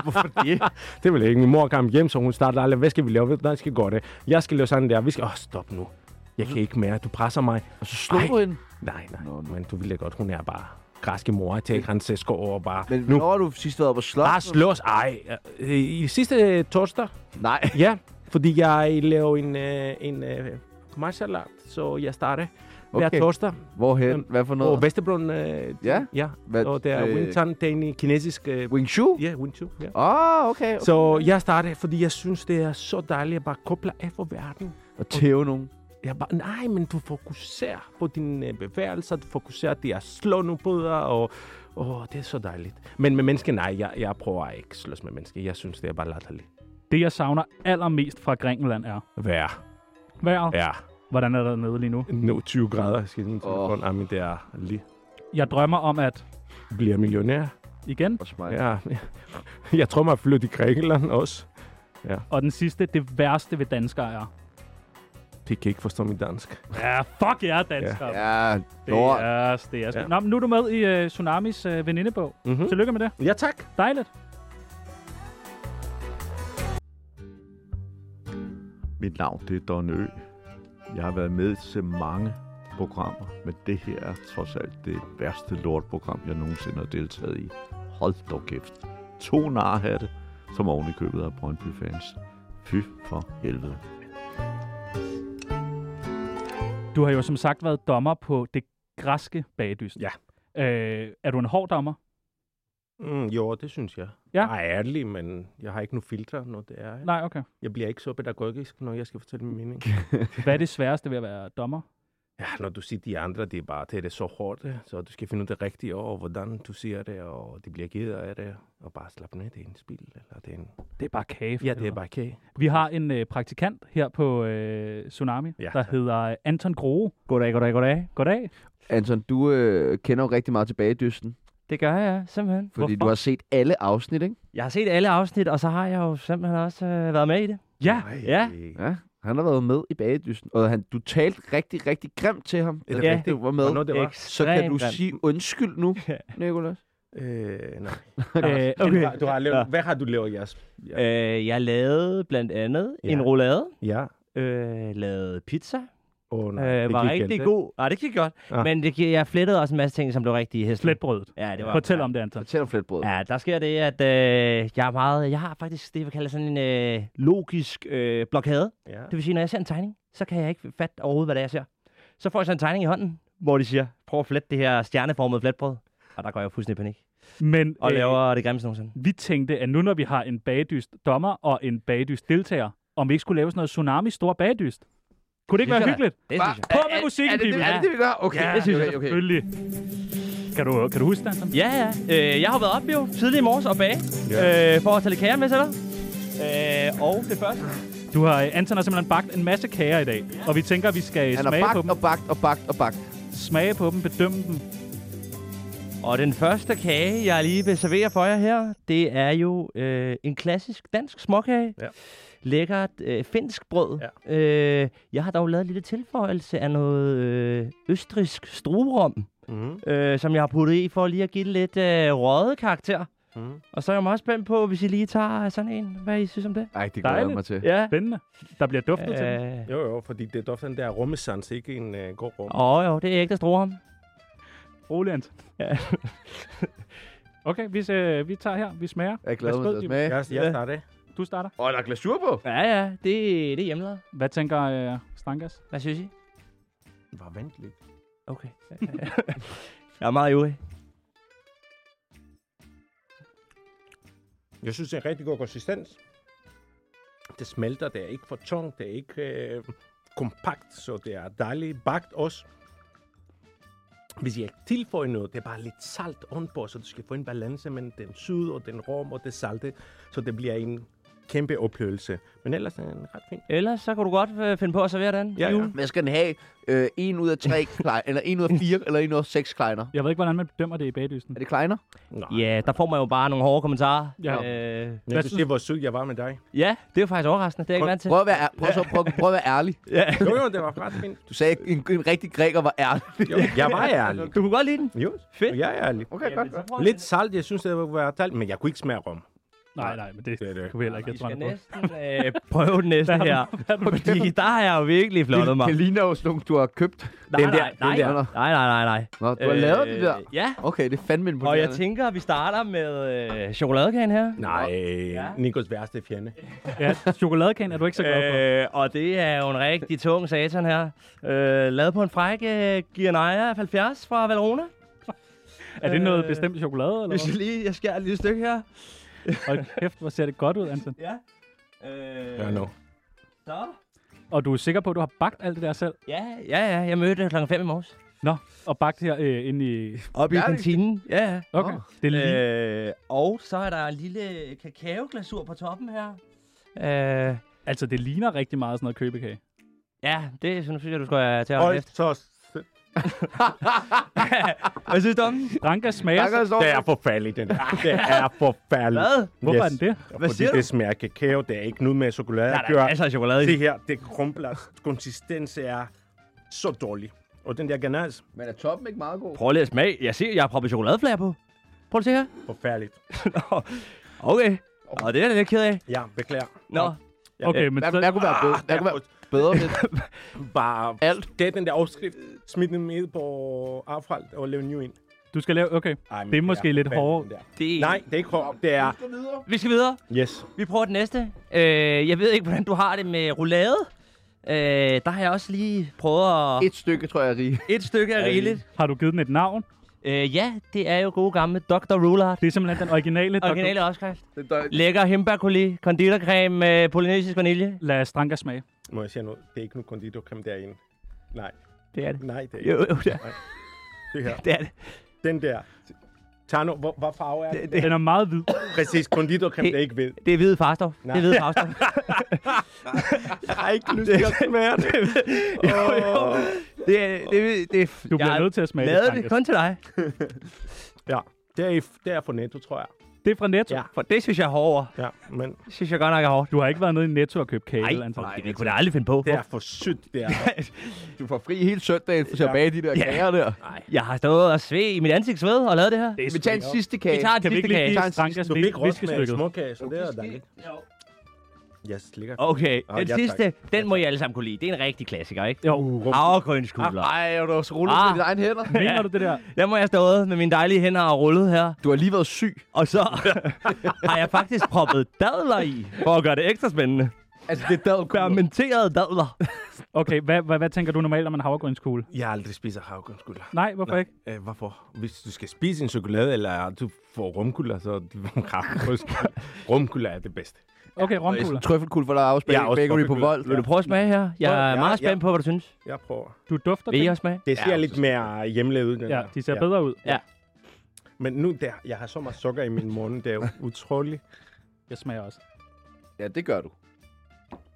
[SPEAKER 4] Hvorfor det? det vil jeg ikke. Min mor kom hjem, så hun startede aldrig. Hvad skal vi lave? Hvordan skal gå det? Jeg skal lave sådan der. Vi skal... Åh, oh, stop nu. Jeg kan ikke mere. Du presser mig.
[SPEAKER 1] Og så slog
[SPEAKER 4] Ej.
[SPEAKER 1] du hende.
[SPEAKER 4] Nej, nej.
[SPEAKER 1] Nå,
[SPEAKER 4] Nå,
[SPEAKER 1] nå.
[SPEAKER 4] men du vil da godt. Hun er bare græske mor. Tag Francesco over bare.
[SPEAKER 1] Men
[SPEAKER 4] Men nu.
[SPEAKER 1] hvornår har du sidst været på slot?
[SPEAKER 4] Bare slås. Ej. øh, I sidste øh, torsdag.
[SPEAKER 1] Nej.
[SPEAKER 4] Ja. Fordi jeg laver en, øh, en øh, martial art, så jeg starter okay.
[SPEAKER 1] Okay.
[SPEAKER 4] hver torsdag. Øhm,
[SPEAKER 1] Hvorhen? Hvad for
[SPEAKER 4] Og
[SPEAKER 1] noget?
[SPEAKER 4] Vesterbron. Øh,
[SPEAKER 1] Ja?
[SPEAKER 4] Ja.
[SPEAKER 1] Hvad-
[SPEAKER 4] og det er
[SPEAKER 1] øh,
[SPEAKER 4] øh, Wing Chun. Det er en kinesisk... Øh,
[SPEAKER 1] Wing Chun?
[SPEAKER 4] ja, Wing Chun. Ja.
[SPEAKER 1] Åh, okay. okay.
[SPEAKER 4] Så jeg startede, fordi jeg synes, det er så dejligt at bare koble af for verden.
[SPEAKER 1] Og tæve nogen.
[SPEAKER 4] Jeg bare, nej, men du fokuserer på dine øh, bevægelser, du fokuserer, det er slå nu på dig, og åh, det er så dejligt. Men med mennesker, nej, jeg, jeg prøver ikke at slås med mennesker. Jeg synes, det er bare latterligt.
[SPEAKER 3] Det, jeg savner allermest fra Grækenland er
[SPEAKER 4] Vær,
[SPEAKER 3] vejret.
[SPEAKER 4] ja.
[SPEAKER 3] Hvordan er der nede lige nu?
[SPEAKER 4] Nu 20 grader, jeg skal lige
[SPEAKER 1] Åh.
[SPEAKER 4] oh. men det er lige,
[SPEAKER 3] Jeg drømmer om at...
[SPEAKER 4] bliver millionær.
[SPEAKER 3] Igen.
[SPEAKER 1] Også mig.
[SPEAKER 4] Ja. Jeg tror, man flytter i Grækenland også.
[SPEAKER 3] Og den sidste, det værste ved danskere er...
[SPEAKER 4] De kan ikke forstå mit dansk.
[SPEAKER 3] Ja, fuck jer, danskere. Ja.
[SPEAKER 1] Ja,
[SPEAKER 3] Det
[SPEAKER 1] lort.
[SPEAKER 3] er, det er sgu.
[SPEAKER 4] Ja.
[SPEAKER 3] Nå, men nu er du med i uh, Tsunamis uh, venindebog.
[SPEAKER 4] Mm-hmm.
[SPEAKER 3] Tillykke med det.
[SPEAKER 4] Ja, tak.
[SPEAKER 3] Dejligt.
[SPEAKER 8] Mit navn det er Don Ø. Jeg har været med til mange lortprogrammer, men det her er trods alt det værste lortprogram, jeg nogensinde har deltaget i. Hold dog kæft. To narhatte, som oven i købet af Brøndby-fans. Fy for helvede.
[SPEAKER 3] Du har jo som sagt været dommer på det græske bagedyst.
[SPEAKER 4] Ja.
[SPEAKER 3] Øh, er du en hård dommer?
[SPEAKER 4] Mm, jo, det synes jeg.
[SPEAKER 3] Ja.
[SPEAKER 4] Jeg er ærlig, men jeg har ikke nogen filtre, når det er.
[SPEAKER 3] Nej, okay.
[SPEAKER 4] Jeg bliver ikke så pædagogisk, når jeg skal fortælle min mening.
[SPEAKER 3] Hvad er det sværeste ved at være dommer?
[SPEAKER 4] Ja, når du siger de andre, det er bare, det er så hårdt, øh, så du skal finde ud af det rigtige og hvordan du siger det, og de bliver ked af det, og bare slappe ned, det er en spil, eller det er en...
[SPEAKER 3] Det er bare kage. for
[SPEAKER 4] Ja, det er
[SPEAKER 3] helvede.
[SPEAKER 4] bare kage.
[SPEAKER 3] Vi har en øh, praktikant her på øh, Tsunami,
[SPEAKER 4] Ja.
[SPEAKER 3] der hedder Anton Grohe.
[SPEAKER 9] Goddag, goddag, goddag.
[SPEAKER 3] Goddag.
[SPEAKER 1] Anton, du øh, kender jo rigtig meget tilbage i dysten,
[SPEAKER 9] Det gør jeg simpelthen.
[SPEAKER 1] fordi Hvorfor? du har set alle afsnit, ikke?
[SPEAKER 9] Jeg har set alle afsnit, og så har jeg jo simpelthen også øh, været med i det.
[SPEAKER 3] Ja,
[SPEAKER 4] Ej,
[SPEAKER 9] ja.
[SPEAKER 1] Ja, han har været med i bagedysten, og han, du talte rigtig, rigtig grimt til ham, da
[SPEAKER 4] det
[SPEAKER 1] ja.
[SPEAKER 4] rigtigt?
[SPEAKER 1] du var med.
[SPEAKER 4] Hvornår det var?
[SPEAKER 1] Så kan du
[SPEAKER 9] Ekstremt grimt.
[SPEAKER 1] sige undskyld nu, Nicolas.
[SPEAKER 4] Øh, nej.
[SPEAKER 9] Øh, okay.
[SPEAKER 4] Du har lavet,
[SPEAKER 9] Nå.
[SPEAKER 4] Hvad har du lavet, Jas? Ja.
[SPEAKER 9] Øh, jeg lavede blandt andet ja. en
[SPEAKER 4] Ja.
[SPEAKER 9] roulade,
[SPEAKER 4] Ja.
[SPEAKER 9] øh, lavede pizza,
[SPEAKER 4] Oh, nej,
[SPEAKER 9] øh,
[SPEAKER 4] det
[SPEAKER 9] var
[SPEAKER 4] gik
[SPEAKER 9] rigtig
[SPEAKER 4] galt,
[SPEAKER 9] god. Nej, det gik godt,
[SPEAKER 4] Ah.
[SPEAKER 9] men det, gi- jeg flettede også en masse ting, som blev rigtig hæsligt.
[SPEAKER 3] flætbrødet.
[SPEAKER 9] Ja, det var
[SPEAKER 3] Fortæl om det, Anton.
[SPEAKER 1] Fortæl om flætbrød. Ja.
[SPEAKER 9] Ja, der sker det, at øh, jeg er meget, jeg har faktisk det, vi kalder sådan en øh, logisk øh, blokade.
[SPEAKER 4] ikke? Ja.
[SPEAKER 9] Det vil sige, når jeg ser en tegning, så kan jeg ikke fatte overhovedet, hvad det er, jeg ser. Så får jeg så en tegning i hånden, hvor de siger, prøv at flette det her stjerneformede fletbrød. Og der går jeg fuldstændig i panik.
[SPEAKER 3] Men øh,
[SPEAKER 9] Og laver det grimmeste nogensinde.
[SPEAKER 3] vi tænkte, at nu når vi har en bagdyst dommer og en bagdyst deltager, om vi ikke skulle lave sådan noget tsunami stor bagdyst. Kunne det ikke
[SPEAKER 9] Det
[SPEAKER 3] være
[SPEAKER 9] synes jeg
[SPEAKER 3] hyggeligt?
[SPEAKER 9] da. Det synes jeg.
[SPEAKER 3] På
[SPEAKER 1] Er-
[SPEAKER 3] med
[SPEAKER 1] er-
[SPEAKER 3] musikken,
[SPEAKER 1] er det, det,
[SPEAKER 3] Bibel.
[SPEAKER 1] er det det, vi gør? Okay,
[SPEAKER 3] Ja,
[SPEAKER 1] det synes jeg. Okay.
[SPEAKER 3] Selvfølgelig. Kan du, kan du huske det, Anton?
[SPEAKER 9] Ja, ja. Øh, jeg har været oppe jo tidlig i morges og bage, ja. øh, for at tage lidt kager med til dig. Øh, og det første.
[SPEAKER 3] Du har, Anton har simpelthen bagt en masse kager i dag, og vi tænker, at vi skal
[SPEAKER 1] Han har
[SPEAKER 3] smage på
[SPEAKER 1] bagt
[SPEAKER 3] dem.
[SPEAKER 1] og bagt og bagt og bagt.
[SPEAKER 3] Smage på dem, bedømme dem.
[SPEAKER 9] Og den første kage, jeg lige vil servere for jer her, det er jo øh, en klassisk dansk småkage.
[SPEAKER 4] Ja.
[SPEAKER 9] Lækkert øh, finsk brød. Ja. Øh, jeg har dog lavet en lille tilføjelse af noget øh, østrisk struerom,
[SPEAKER 4] Mm.
[SPEAKER 9] øh, som jeg har puttet i for lige at give det lidt øh, røget karakter.
[SPEAKER 4] Mm.
[SPEAKER 9] Og så er jeg meget spændt på, hvis I lige tager sådan en. Hvad I synes om det?
[SPEAKER 1] Ej, det glæder jeg
[SPEAKER 3] Dejligt.
[SPEAKER 1] mig til.
[SPEAKER 9] Ja.
[SPEAKER 3] Spændende. Der bliver duftet til dem.
[SPEAKER 9] Øh,
[SPEAKER 4] Jo, jo, fordi det er ofte den der rummesans, ikke en uh, god rum.
[SPEAKER 9] Åh jo, det er ægte struerom.
[SPEAKER 3] Rolig, Anton.
[SPEAKER 9] Ja.
[SPEAKER 3] Okay, vi, øh, vi tager her. Vi smager.
[SPEAKER 1] Jeg glæder mig
[SPEAKER 3] Værsgo,
[SPEAKER 1] til at
[SPEAKER 3] Bibel.
[SPEAKER 1] smage.
[SPEAKER 4] Jeg, jeg starter.
[SPEAKER 3] Du starter.
[SPEAKER 1] Åh, der er glasur på.
[SPEAKER 9] Ja, ja, det, det er hjemmelavet.
[SPEAKER 3] Hvad tænker øh, Stankas?
[SPEAKER 9] Hvad synes I?
[SPEAKER 4] Var ventligt.
[SPEAKER 9] Okay. jeg er meget ivrig.
[SPEAKER 4] Jeg synes, det er en rigtig god konsistens. Det smelter, det er ikke for tungt, det er ikke øh, kompakt, så det er dejligt bagt også. Hvis jeg ikke tilføjer noget, det er bare lidt salt ovenpå, så du skal få en balance mellem den søde og den rom og det salte, så det bliver en kæmpe oplevelse. Men ellers er den ret fin.
[SPEAKER 9] Ellers så kunne du godt øh, finde på at servere den.
[SPEAKER 4] Ja, ja.
[SPEAKER 1] Men skal den have øh, en ud af tre kleiner, eller en ud af fire, eller en ud af seks kleiner?
[SPEAKER 3] Jeg ved ikke, hvordan man bedømmer det i bagdysten.
[SPEAKER 1] Er det kleiner?
[SPEAKER 4] Nej.
[SPEAKER 9] Ja, der får man jo bare nogle hårde kommentarer.
[SPEAKER 3] Ja.
[SPEAKER 9] øh,
[SPEAKER 4] Jeg
[SPEAKER 3] Hvad
[SPEAKER 4] kan
[SPEAKER 3] synes-
[SPEAKER 4] se, hvor sød jeg var med dig.
[SPEAKER 9] ja det er jo faktisk overraskende. Det er jeg ikke vant til.
[SPEAKER 1] Prøv at være, ær- prøv, så, prøv, prøv at være ærlig.
[SPEAKER 9] Ja.
[SPEAKER 4] Jo, jo, det var ret fint.
[SPEAKER 1] Du sagde, en, en rigtig græker var ærlig.
[SPEAKER 4] Jo, jeg var ærlig.
[SPEAKER 9] Altså, Du kunne godt lide den.
[SPEAKER 4] Jo,
[SPEAKER 9] Fedt.
[SPEAKER 4] og jeg er ærlig.
[SPEAKER 1] Okay, godt.
[SPEAKER 4] Lidt salt, jeg synes, det var talt, men jeg kunne ikke smage rom.
[SPEAKER 3] Nej, nej, men det,
[SPEAKER 4] Det er det.
[SPEAKER 3] kunne vi heller ikke
[SPEAKER 9] Vi
[SPEAKER 3] have
[SPEAKER 9] skal
[SPEAKER 3] drømt på.
[SPEAKER 9] næsten øh, prøve den næste
[SPEAKER 3] Hvad har du-
[SPEAKER 9] her.
[SPEAKER 3] hvad har du
[SPEAKER 9] Fordi der har jeg jo virkelig flottet mig.
[SPEAKER 1] Det ligner jo sådan nogle, du har købt.
[SPEAKER 9] Nej,
[SPEAKER 1] den der,
[SPEAKER 9] nej, nej,
[SPEAKER 1] den der.
[SPEAKER 9] nej, Øh, nej, nej, nej.
[SPEAKER 1] Nå, du har lavet det der.
[SPEAKER 9] Ja,
[SPEAKER 1] Okay, det er fandme
[SPEAKER 9] og jeg
[SPEAKER 1] imponerende.
[SPEAKER 9] tænker, at vi starter med øh, chokoladekagen her.
[SPEAKER 4] Nej, ja. Nikos værste fjende.
[SPEAKER 3] Ja, chokoladekagen er du ikke så glad for.
[SPEAKER 9] Øh, og det er jo en rigtig tung satan her. Øh, lavet på en fræk øh, Gianaya 70 fra Valrona.
[SPEAKER 3] Er det noget
[SPEAKER 9] øh,
[SPEAKER 3] bestemt chokolade, eller
[SPEAKER 9] Hvis jeg
[SPEAKER 3] hvad?
[SPEAKER 9] lige, jeg skærer et lille stykke her.
[SPEAKER 3] Hold kæft, hvor ser det godt ud, Anton.
[SPEAKER 9] Ja. Øh,
[SPEAKER 4] Ja, no.
[SPEAKER 9] Så.
[SPEAKER 3] Og du er sikker på, at du har bagt alt det der selv?
[SPEAKER 9] Ja, ja, ja. Jeg mødte klokken 5 i morges.
[SPEAKER 3] Nå, og bagt her øh, inde i...
[SPEAKER 9] Oppe i kantinen. Ja, ja.
[SPEAKER 3] Okay,
[SPEAKER 1] Nå.
[SPEAKER 3] det er lige...
[SPEAKER 9] Øh, og så er der en lille øh, kakaoglasur på toppen her. Øh,
[SPEAKER 3] Altså, det ligner rigtig meget sådan noget købekage.
[SPEAKER 9] ja, det synes jeg, du skal øh, tage om
[SPEAKER 4] Og
[SPEAKER 9] efter.
[SPEAKER 4] så...
[SPEAKER 9] Hvad synes du om den?
[SPEAKER 3] Ranka smager...
[SPEAKER 1] Stanker
[SPEAKER 3] så-
[SPEAKER 1] står
[SPEAKER 4] Det er forfærdeligt, den der. Det er forfærdeligt.
[SPEAKER 9] Hvad?
[SPEAKER 3] Hvorfor er den det?
[SPEAKER 4] Hvad
[SPEAKER 9] siger
[SPEAKER 4] Fordi
[SPEAKER 9] du?
[SPEAKER 4] det smager af kakao, det er ikke noget med chokolade
[SPEAKER 9] Der
[SPEAKER 4] at
[SPEAKER 9] er da
[SPEAKER 4] gøre.
[SPEAKER 9] masser af chokolade i.
[SPEAKER 4] Det her, det krumpler. Konsistens er så dårlig. Og den der ganas,
[SPEAKER 1] Men er toppen ikke meget god?
[SPEAKER 9] Prøv lige at smage. Jeg ser, jeg har proppet chokoladeflager på. Prøv at se her.
[SPEAKER 4] forfærdeligt.
[SPEAKER 9] Nå, okay. Og det er jeg da lidt ked af.
[SPEAKER 4] Ja, beklager.
[SPEAKER 9] Nå,
[SPEAKER 3] Okay, men
[SPEAKER 1] Hvad,
[SPEAKER 3] så...
[SPEAKER 1] hvad kunne være bedre? Hvad
[SPEAKER 4] Jeg
[SPEAKER 1] kunne være,
[SPEAKER 4] kunne,
[SPEAKER 1] Bedre med
[SPEAKER 4] Bare
[SPEAKER 1] Alt.
[SPEAKER 4] Det er den der opskrift. Smid den med på affald og lav en ny ind.
[SPEAKER 3] Du skal lave... Okay.
[SPEAKER 4] Ej, men
[SPEAKER 3] Det er måske lidt
[SPEAKER 4] fandme
[SPEAKER 3] hårdere.
[SPEAKER 4] den der.
[SPEAKER 9] Det...
[SPEAKER 4] Nej, det er ikke hårdt. Det er...
[SPEAKER 9] Vi skal videre.
[SPEAKER 4] Yes.
[SPEAKER 9] Vi prøver den næste. Øh, jeg ved ikke, hvordan du har det med roulade. Øh, der har jeg også lige prøvet at...
[SPEAKER 1] et stykke, tror jeg, er rigtigt.
[SPEAKER 9] Et stykke er rigeligt.
[SPEAKER 3] Har du givet den et navn?
[SPEAKER 9] Øh, ja, det er jo gode gamle Dr. Roulard.
[SPEAKER 3] Det er simpelthen den originale. der-
[SPEAKER 9] Originale opskrift.
[SPEAKER 1] Det er dejligt.
[SPEAKER 9] Lækker hembærkoli, konditorcreme med polynesisk vanilje.
[SPEAKER 3] Lad Stranka smage.
[SPEAKER 4] Må jeg sige noget? Det er ikke nu konditorcreme derinde. Nej,
[SPEAKER 9] Det er det.
[SPEAKER 4] nej, det er ikke
[SPEAKER 9] Jo, jo, det er
[SPEAKER 4] det her.
[SPEAKER 9] det. Er det.
[SPEAKER 4] Den der. Tano, hvor, hvad farve er det?
[SPEAKER 3] Den er meget hvid.
[SPEAKER 4] Præcis, konditorcreme,
[SPEAKER 9] Det-
[SPEAKER 4] det er ikke ved.
[SPEAKER 9] Det er hvide farstof.
[SPEAKER 4] Nej.
[SPEAKER 9] Det er hvide farstof.
[SPEAKER 4] Jeg har ikke lyst til at smage det.
[SPEAKER 9] jo, jo. Det er... Det, er- det, er-
[SPEAKER 3] Du bliver
[SPEAKER 9] jeg
[SPEAKER 3] nødt til at smage det,
[SPEAKER 9] lavede det
[SPEAKER 3] Strankas.
[SPEAKER 9] kun til dig.
[SPEAKER 4] Ja, det er, det er for netto, tror jeg.
[SPEAKER 3] Det er fra Netto.
[SPEAKER 4] Ja.
[SPEAKER 9] For det synes jeg er hårdere.
[SPEAKER 4] Ja, men
[SPEAKER 9] Det synes jeg godt nok er hårdt.
[SPEAKER 3] Du har ikke været nede i Netto og købt kage. eller andet.
[SPEAKER 9] Nej, det kunne jeg aldrig finde på.
[SPEAKER 4] det er for sødt, det er.
[SPEAKER 1] Du får fri hele søndagen for at bage de der
[SPEAKER 9] Ja.
[SPEAKER 1] kager der.
[SPEAKER 9] Jeg har stået og sved i mit ansigtsved og lavet det her.
[SPEAKER 1] Vi tager en sidste kage.
[SPEAKER 9] Vi tager
[SPEAKER 3] Kan
[SPEAKER 9] det
[SPEAKER 3] vi ikke
[SPEAKER 9] sidste
[SPEAKER 3] lige
[SPEAKER 9] kage.
[SPEAKER 3] give Strankas
[SPEAKER 4] Du fik også med
[SPEAKER 3] viskestykket?
[SPEAKER 4] småkage, så det er dejligt. Jeg slikker.
[SPEAKER 9] Okay,
[SPEAKER 4] Åh,
[SPEAKER 9] den
[SPEAKER 4] ja, tak.
[SPEAKER 9] sidste,
[SPEAKER 4] Ja,
[SPEAKER 9] den må I alle sammen kunne lide. Det er en rigtig klassiker, ikke?
[SPEAKER 3] Jo.
[SPEAKER 9] Havregrynskugler.
[SPEAKER 1] Ej, er du også rullet
[SPEAKER 9] Ah.
[SPEAKER 1] ah. med dine egne hænder?
[SPEAKER 3] Mener du det der?
[SPEAKER 9] Den må jeg have stået med mine dejlige hænder og rullet her.
[SPEAKER 1] Du har lige været syg.
[SPEAKER 9] Og så har jeg faktisk proppet dadler i, for at gøre det ekstra spændende.
[SPEAKER 1] Altså, det er dadel.
[SPEAKER 9] Fermenterede dadler.
[SPEAKER 3] Okay, hvad, hvad, hvad tænker du normalt om en havregrønskugle?
[SPEAKER 4] Jeg aldrig spiser havgrønskulder.
[SPEAKER 3] Nej, hvorfor ikke?
[SPEAKER 4] Øh, hvorfor? Hvis du skal spise en chokolade, eller du får rumkulder, så rumkulder. rumkulder er det bedste.
[SPEAKER 3] Okay, romkugler.
[SPEAKER 1] Trøffelkul, for der er afspændt
[SPEAKER 4] Ja, også
[SPEAKER 1] bakery på
[SPEAKER 4] trøffelkul.
[SPEAKER 1] vold.
[SPEAKER 4] Vil
[SPEAKER 9] Vil du prøve at smage her? Jeg er
[SPEAKER 4] Ja,
[SPEAKER 9] meget
[SPEAKER 4] ja.
[SPEAKER 9] spændt på, hvad du synes.
[SPEAKER 4] Jeg prøver.
[SPEAKER 3] Du dufter
[SPEAKER 9] Vil I
[SPEAKER 3] ting.
[SPEAKER 9] også smage?
[SPEAKER 4] Det ser ja, lidt mere hjemmelavet ud. den
[SPEAKER 3] Ja,
[SPEAKER 4] her.
[SPEAKER 3] de ser bedre ud.
[SPEAKER 9] Ja.
[SPEAKER 4] Men nu der, jeg har så meget sukker i min mund, det er jo utroligt.
[SPEAKER 3] Jeg smager også.
[SPEAKER 1] Ja, det gør du.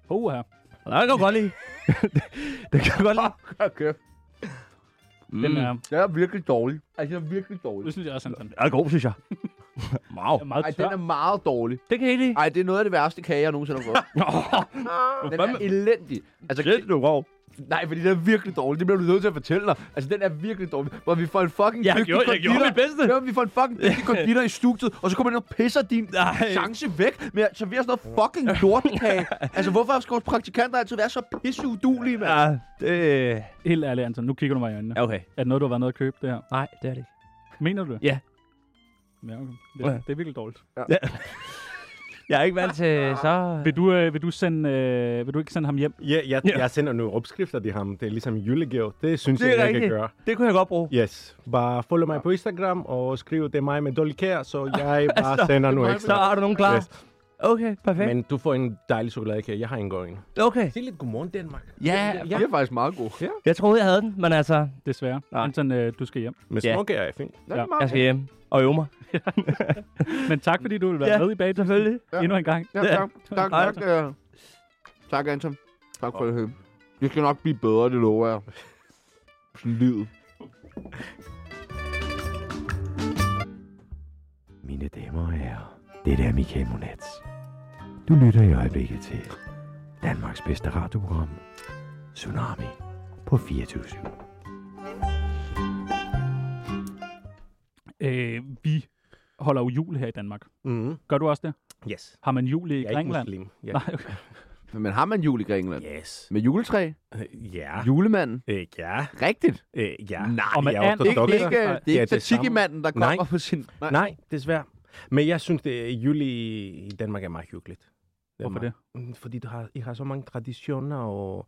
[SPEAKER 3] Uha.
[SPEAKER 9] Det kan jeg godt lide. det kan jeg godt lide.
[SPEAKER 1] Okay.
[SPEAKER 3] Den
[SPEAKER 9] Mm.
[SPEAKER 3] er,
[SPEAKER 1] Det er virkelig dårlig. Altså, den er virkelig dårlig.
[SPEAKER 3] det synes jeg også, han sådan.
[SPEAKER 9] Den er god, synes jeg. wow.
[SPEAKER 3] er meget
[SPEAKER 1] Ej,
[SPEAKER 3] tør.
[SPEAKER 1] den er meget dårlig.
[SPEAKER 9] Det kan jeg ikke lide.
[SPEAKER 1] Ej, det er noget af det værste kage, jeg nogensinde har fået. den er elendig. Altså,
[SPEAKER 9] Det er du wow.
[SPEAKER 1] nej, fordi den er virkelig dårlig. Det bliver du nødt til at fortælle dig. Altså, den er virkelig dårlig. Hvor vi får en fucking
[SPEAKER 9] Jeg
[SPEAKER 1] dygtig
[SPEAKER 9] gjorde, jeg gjorde mit bedste.
[SPEAKER 1] Ja, vi får en fucking dygtig konditor i studiet, og så kommer den og pisser din
[SPEAKER 9] Nej.
[SPEAKER 1] chance væk med at servere sådan noget fucking lortekage. altså, hvorfor skal vores praktikanter altid være så pisseudulige, mand?
[SPEAKER 9] Ja, det...
[SPEAKER 3] Helt ærligt, Anton. Nu kigger du mig i øjnene.
[SPEAKER 9] Ja, okay.
[SPEAKER 3] Er det noget, du har været nede og købe, det her?
[SPEAKER 9] Nej, det er det ikke.
[SPEAKER 3] Mener du det?
[SPEAKER 9] Ja.
[SPEAKER 3] Ja, okay. Det,
[SPEAKER 9] Ja.
[SPEAKER 3] det er virkelig dårligt.
[SPEAKER 9] Jeg er ikke vant til så...
[SPEAKER 3] Vil du, øh, vil du, sende, øh, vil du ikke sende ham hjem?
[SPEAKER 4] Ja, jeg,
[SPEAKER 9] Ja.
[SPEAKER 4] jeg sender nu opskrifter til ham. Det er ligesom en julegave. Det synes
[SPEAKER 9] Det er
[SPEAKER 4] jeg, jeg
[SPEAKER 9] rigtigt.
[SPEAKER 4] kan gøre.
[SPEAKER 9] Det kunne jeg godt bruge.
[SPEAKER 4] Yes. Bare følg mig på Instagram og skriv det er mig med dårlig kær, så jeg bare sender nu
[SPEAKER 9] Så
[SPEAKER 4] ekstra.
[SPEAKER 9] har du nogen klar?
[SPEAKER 4] Yes.
[SPEAKER 9] Okay, perfekt.
[SPEAKER 4] Men du får en dejlig chokoladekage. Jeg har en gående.
[SPEAKER 9] Okay.
[SPEAKER 4] Det er lidt godmorgen, Danmark.
[SPEAKER 9] Ja,
[SPEAKER 1] Det er faktisk meget god. Ja.
[SPEAKER 9] jeg troede, jeg havde den, men altså,
[SPEAKER 3] Desværre.
[SPEAKER 9] Nej.
[SPEAKER 3] Anton, øh, du skal hjem.
[SPEAKER 4] Med
[SPEAKER 9] Ja.
[SPEAKER 4] småkager er fint.
[SPEAKER 1] Den er
[SPEAKER 3] Ja.
[SPEAKER 1] meget
[SPEAKER 9] jeg skal hjem og øve mig.
[SPEAKER 3] Men tak, fordi du vil være
[SPEAKER 9] Ja,
[SPEAKER 3] med i bag selvfølgelig.
[SPEAKER 1] Ja.
[SPEAKER 3] Endnu en gang.
[SPEAKER 1] god. Ja, tak, tak,
[SPEAKER 9] Hej.
[SPEAKER 1] tak, tak, tak, Anton. Tak for det. Det skal nok blive bedre, det lover jeg. Sådan livet.
[SPEAKER 10] Mine damer og herrer, det er Michael Monats. Du lytter i øjeblikket til Danmarks bedste radioprogram, Tsunami på 24
[SPEAKER 3] Øh, vi holder jo jul her i Danmark.
[SPEAKER 4] Mm-hmm.
[SPEAKER 3] Gør du også det?
[SPEAKER 4] Yes.
[SPEAKER 3] Har man jul i
[SPEAKER 4] Jeg er ikke
[SPEAKER 3] Grækenland?
[SPEAKER 4] muslim. Ja.
[SPEAKER 3] Nej, okay.
[SPEAKER 1] Men har man jul i Grækenland?
[SPEAKER 4] Yes.
[SPEAKER 1] Med juletræ?
[SPEAKER 4] Øh, Ja.
[SPEAKER 1] Julemanden?
[SPEAKER 4] Øh, Ja.
[SPEAKER 1] Rigtigt?
[SPEAKER 4] Øh, Ja.
[SPEAKER 1] Nej,
[SPEAKER 3] Og med
[SPEAKER 4] jeg er
[SPEAKER 3] and.
[SPEAKER 1] Det er ikke, det
[SPEAKER 4] ortodoks.
[SPEAKER 1] er ikke,
[SPEAKER 4] Nej,
[SPEAKER 1] det er ikke
[SPEAKER 4] det samme.
[SPEAKER 1] tzatziki-manden, der
[SPEAKER 4] Nej.
[SPEAKER 1] kommer på sin...
[SPEAKER 4] Nej, desværre. Men jeg synes, at juli i Danmark er meget hyggeligt. Det er
[SPEAKER 3] Hvorfor
[SPEAKER 4] meget- Mm, Fordi du har, I har så mange traditioner og,